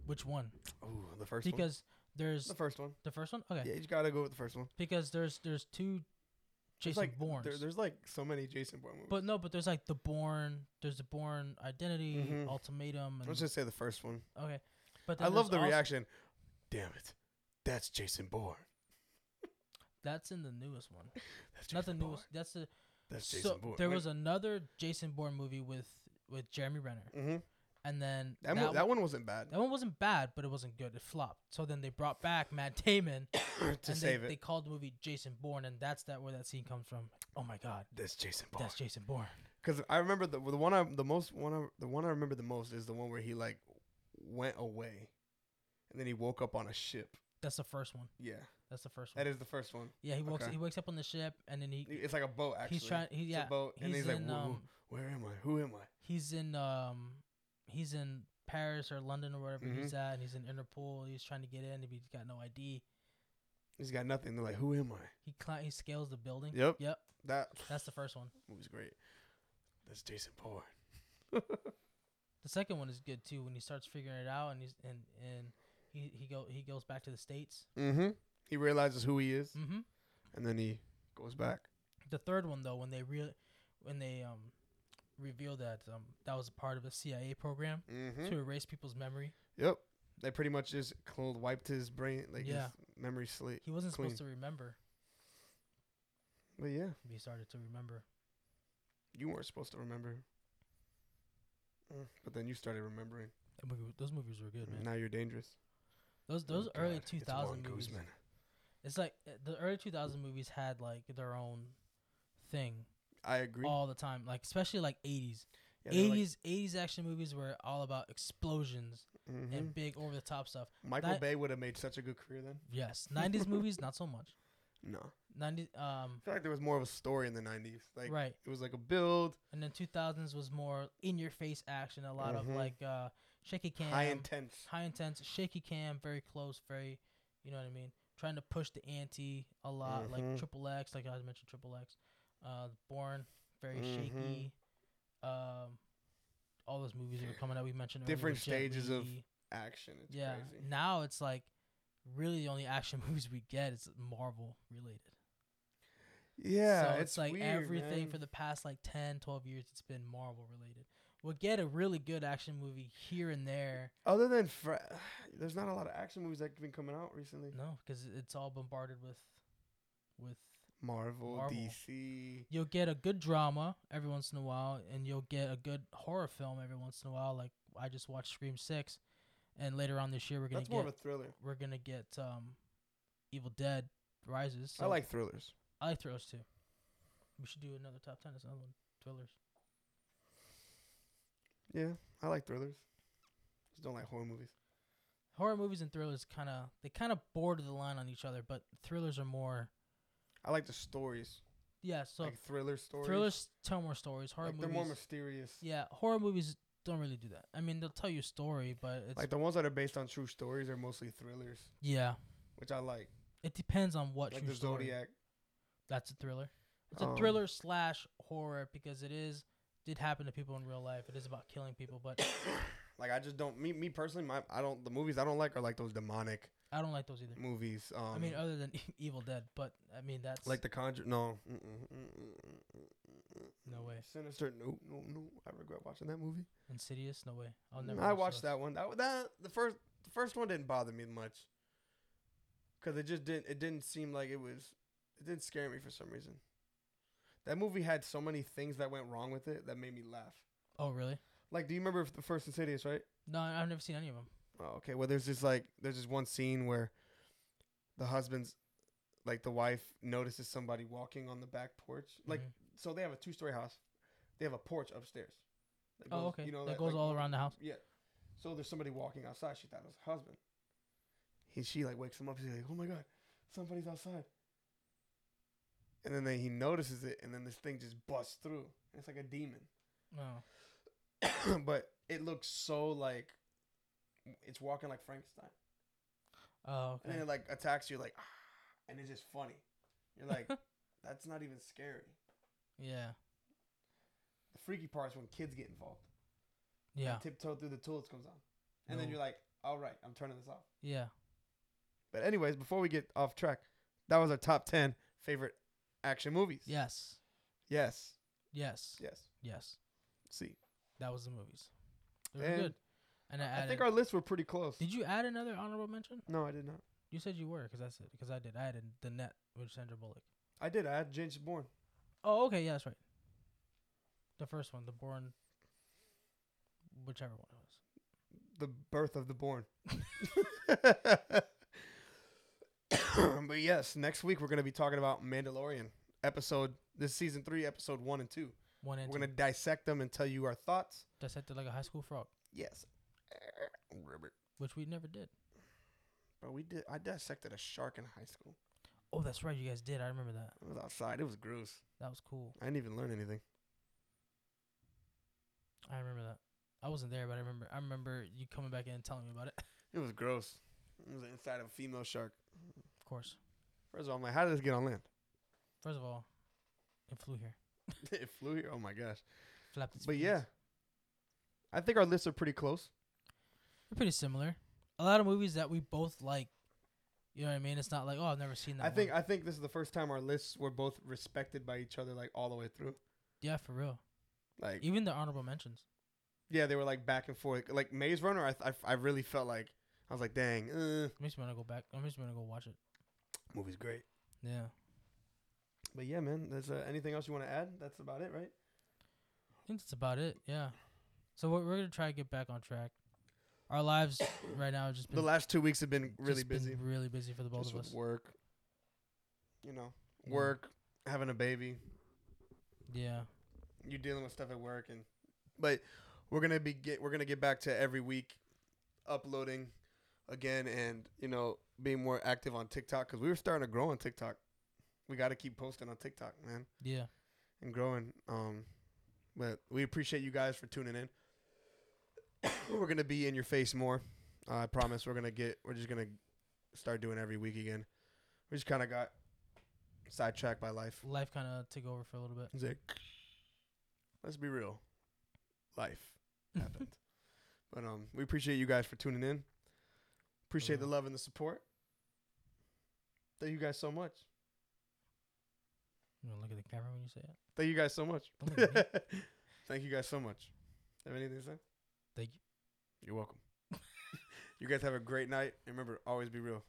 Which one? Oh, the first one. because there's The first one. the first one. Okay. Yeah, you got to go with the first one. Because there's there's two There's, Jason like, Bournes. There, there's like so many Jason Bourne movies. but no, but there's like the Born. There's the Born Identity, Mhm. Ultimatum, and Let's just say the first one. okay. But I then love there's the also- reaction. Damn it, that's Jason Bourne. That's in the newest one. That's Not the Jason Bourne. newest. That's the. That's Jason so Bourne. there was another Jason Bourne movie with with Jeremy Renner, hmm and then That, mo- that one wasn't bad that one wasn't bad, but it wasn't good. It flopped. So then they brought back Matt Damon to and save they, it. they called the movie Jason Bourne, and that's that where that scene comes from. Oh my God, that's Jason Bourne. that's Jason Bourne. Because I remember the the one I the most one I, the one I remember the most is the one where he like went away, and then he woke up on a ship. That's the first one. Yeah, That's the first one. that is the first one. yeah, he wakes okay. he wakes up on the ship, and then he It's like a boat actually. he's trying. He, It's yeah, a boat, he's and he's, like, in "Whoa, whoa, um "Where am I? Who am I?" he's in um he's in Paris or London or wherever Mhm. he's at, and he's in Interpol. He's trying to get in, but he's got no ID. He's got nothing. They're like, "Who am I?" He cli- he scales the building. Yep. Yep. That That's the first one. movie's great. That's Jason Bourne. The second one is good too when he starts figuring it out and he's and and he he go he goes back to the states. Mm-hmm. He realizes who he is, Mm-hmm. and then he goes back. The third one though, when they real when they um reveal that um that was a part of a CIA program Mm-hmm. to erase people's memory. Yep. They pretty much just cl- wiped his brain, like Yeah. his memory slate. He wasn't supposed to remember. But yeah, But he started to remember. you weren't supposed to remember. Mm, But then you started remembering. Mm, That movie, those movies were good, man. Now you're dangerous. Those those Oh, early God. It's two thousand Juan movies. Guzman. It's like uh, the early two thousand movies had like their own thing I agree. all the time. Like especially like eighties. Yeah, they're like- Eighties eighties action movies were all about explosions Mhm. and big over the top stuff. Michael that- Bay would have made such a good career then. Yes. Nineties movies, not so much. No, I Nineties um feel like there was more of a story in the '90s. Like right. it was like a build, And then two thousands was more in your face action, a lot Mhm. of like uh shaky cam high intense. high intense, shaky cam, very close, very you know what I mean? Trying to push the ante a lot, Mhm. like triple X, like I mentioned triple X. Uh Born, very Mhm. shaky. Um all those movies that were coming out we mentioned earlier Different with Jet stages of- Li. Action. It's yeah crazy. now it's like really the only action movies we get is marvel related Yeah, so it's, like weird, everything man. for the past like 10 12 years it's been marvel related we'll get a really good action movie here and there Other than Fra- there's not a lot of action movies that have been coming out recently. no because it's all bombarded with with Marvel, Marvel. DC. you'll get a good drama every once in a while and you'll get a good horror film every once in a while like i just watched scream 6 and later on this year we're gonna That's get more of a thriller. we're gonna get um evil dead rises I so- like thrillers. I like thrillers too. We should do another top ten. That's another one. Thrillers. Yeah, I like thrillers. Just don't like horror movies. Horror movies and thrillers kind of they kind of border the line on each other, but thrillers are more I like the stories, yeah. So like thriller stories. thrillers tell more stories. Horror like movies, they're more mysterious. yeah. Horror movies don't really do that. I mean, they'll tell you a story, but it's Like the ones that are based on true stories are mostly thrillers, yeah. which I like. It depends on what like true the story. Zodiac. That's a thriller. It's a Um, thriller slash horror because it is did happen to people in real life. It is about killing people, but Like I just don't me me personally, my I don't the movies I don't like are like those demonic I don't like those either. movies. Um, I mean, other than Evil Dead, but I mean that's like the Conjure. No, No way. Sinister. No, no, no. I regret watching that movie. Insidious. No way. I'll never. I watch watched those. that one. That w- that the first the first one didn't bother me much because it just didn't it didn't seem like it was it didn't scare me for some reason. That movie had so many things that went wrong with it that made me laugh. Oh, really? Like, do you remember the first Insidious, right? No, I- I've never seen any of them. Oh, okay. Well, there's this like there's this one scene where the husband's like the wife notices somebody walking on the back porch. Like, Mm-hmm. so they have a two story house. they have a porch upstairs. That oh, goes- okay. that, like- goes like- all around the house. Yeah. So there's somebody walking outside. She thought it was her husband. He, she like wakes him up. She's like, "Oh my god, somebody's outside." And then they, he notices it, and then this thing just busts through. It's like a demon, Oh, but it looks so like it's walking like Frankenstein, oh and okay. then it like attacks you like, "Ah," and it's just funny. You're like, that's not even scary. yeah, The freaky part is when kids get involved. yeah, Tiptoe through the tool's comes on, and then No. you're like, all right, I'm turning this off. yeah. But anyways, before we get off track, that was our top ten favorite action movies. Yes, Yes. yes, Yes. yes. See. That was the movies. They were And good. And I, I added. think our lists were pretty close. did you add another honorable mention? No, I did not. You said you were, 'cause that's it. Because I did. I added the net with Sandra Bullock. I did. I had James Bourne. Oh, okay, yeah, that's right. The first one, the born, whichever one it was. The birth of the Bourne. but yes, next week we're gonna be talking about Mandalorian episode. This is season three, episode one and two. One and We're gonna two. dissect them and tell you our thoughts. Dissected like a high school frog, Yes, Ribbit. which we never did. Bro, we did. I dissected a shark in high school. Oh, that's right, you guys did. I remember that. It was outside. It was gross. That was cool. I didn't even learn anything. I remember that. I wasn't there, but I remember. I remember you coming back in and telling me about it. It was gross. It was inside of a female shark. Of course. First of all, I'm like, how did this get on land? First of all, it flew here. it flew here. Oh my gosh. Flapped its But wings. yeah, I think our lists are pretty close. they're pretty similar. A lot of movies that we both like. You know what I mean? It's not like oh, I've never seen that. I think one." I think this is the first time our lists were both respected by each other, like all the way through. yeah, for real. Like Even the honorable mentions. yeah, they were like back and forth. Like Maze Runner, I th- I, I really felt like I was like, dang, uh, Makes me want to go back. I'm just gonna go watch it. movie's great. Yeah. But yeah, man, there's uh, anything else you want to add? That's about it, right? I think that's about it. Yeah. So we're, we're gonna try to get back on track. Our lives right now have just The been last two weeks have been Mm. just really been busy. really busy for the both Just of with us. work, you know, Yeah. work, having a baby, Yeah. you dealing with stuff at work, and but we're gonna be get we're gonna get back to every week uploading again, and you know, being more active on TikTok because we were starting to grow on TikTok. We got to keep posting on TikTok, man, Yeah. and growing. Um, but we appreciate you guys for tuning in. we're gonna be in your face more. I promise. We're gonna get. We're just gonna start doing every week again. We just kind of got sidetracked by life. Life kind of took over for a little bit. He's like, let's be real. Life happened. but um, we appreciate you guys for tuning in. Appreciate the real. love and the support. Thank you guys so much. You gonna look at the camera when you say it. Thank you guys so much. Don't look at Thank you guys so much. Have anything to say? Thank you. You're welcome. you guys have a great night. And remember, always be real.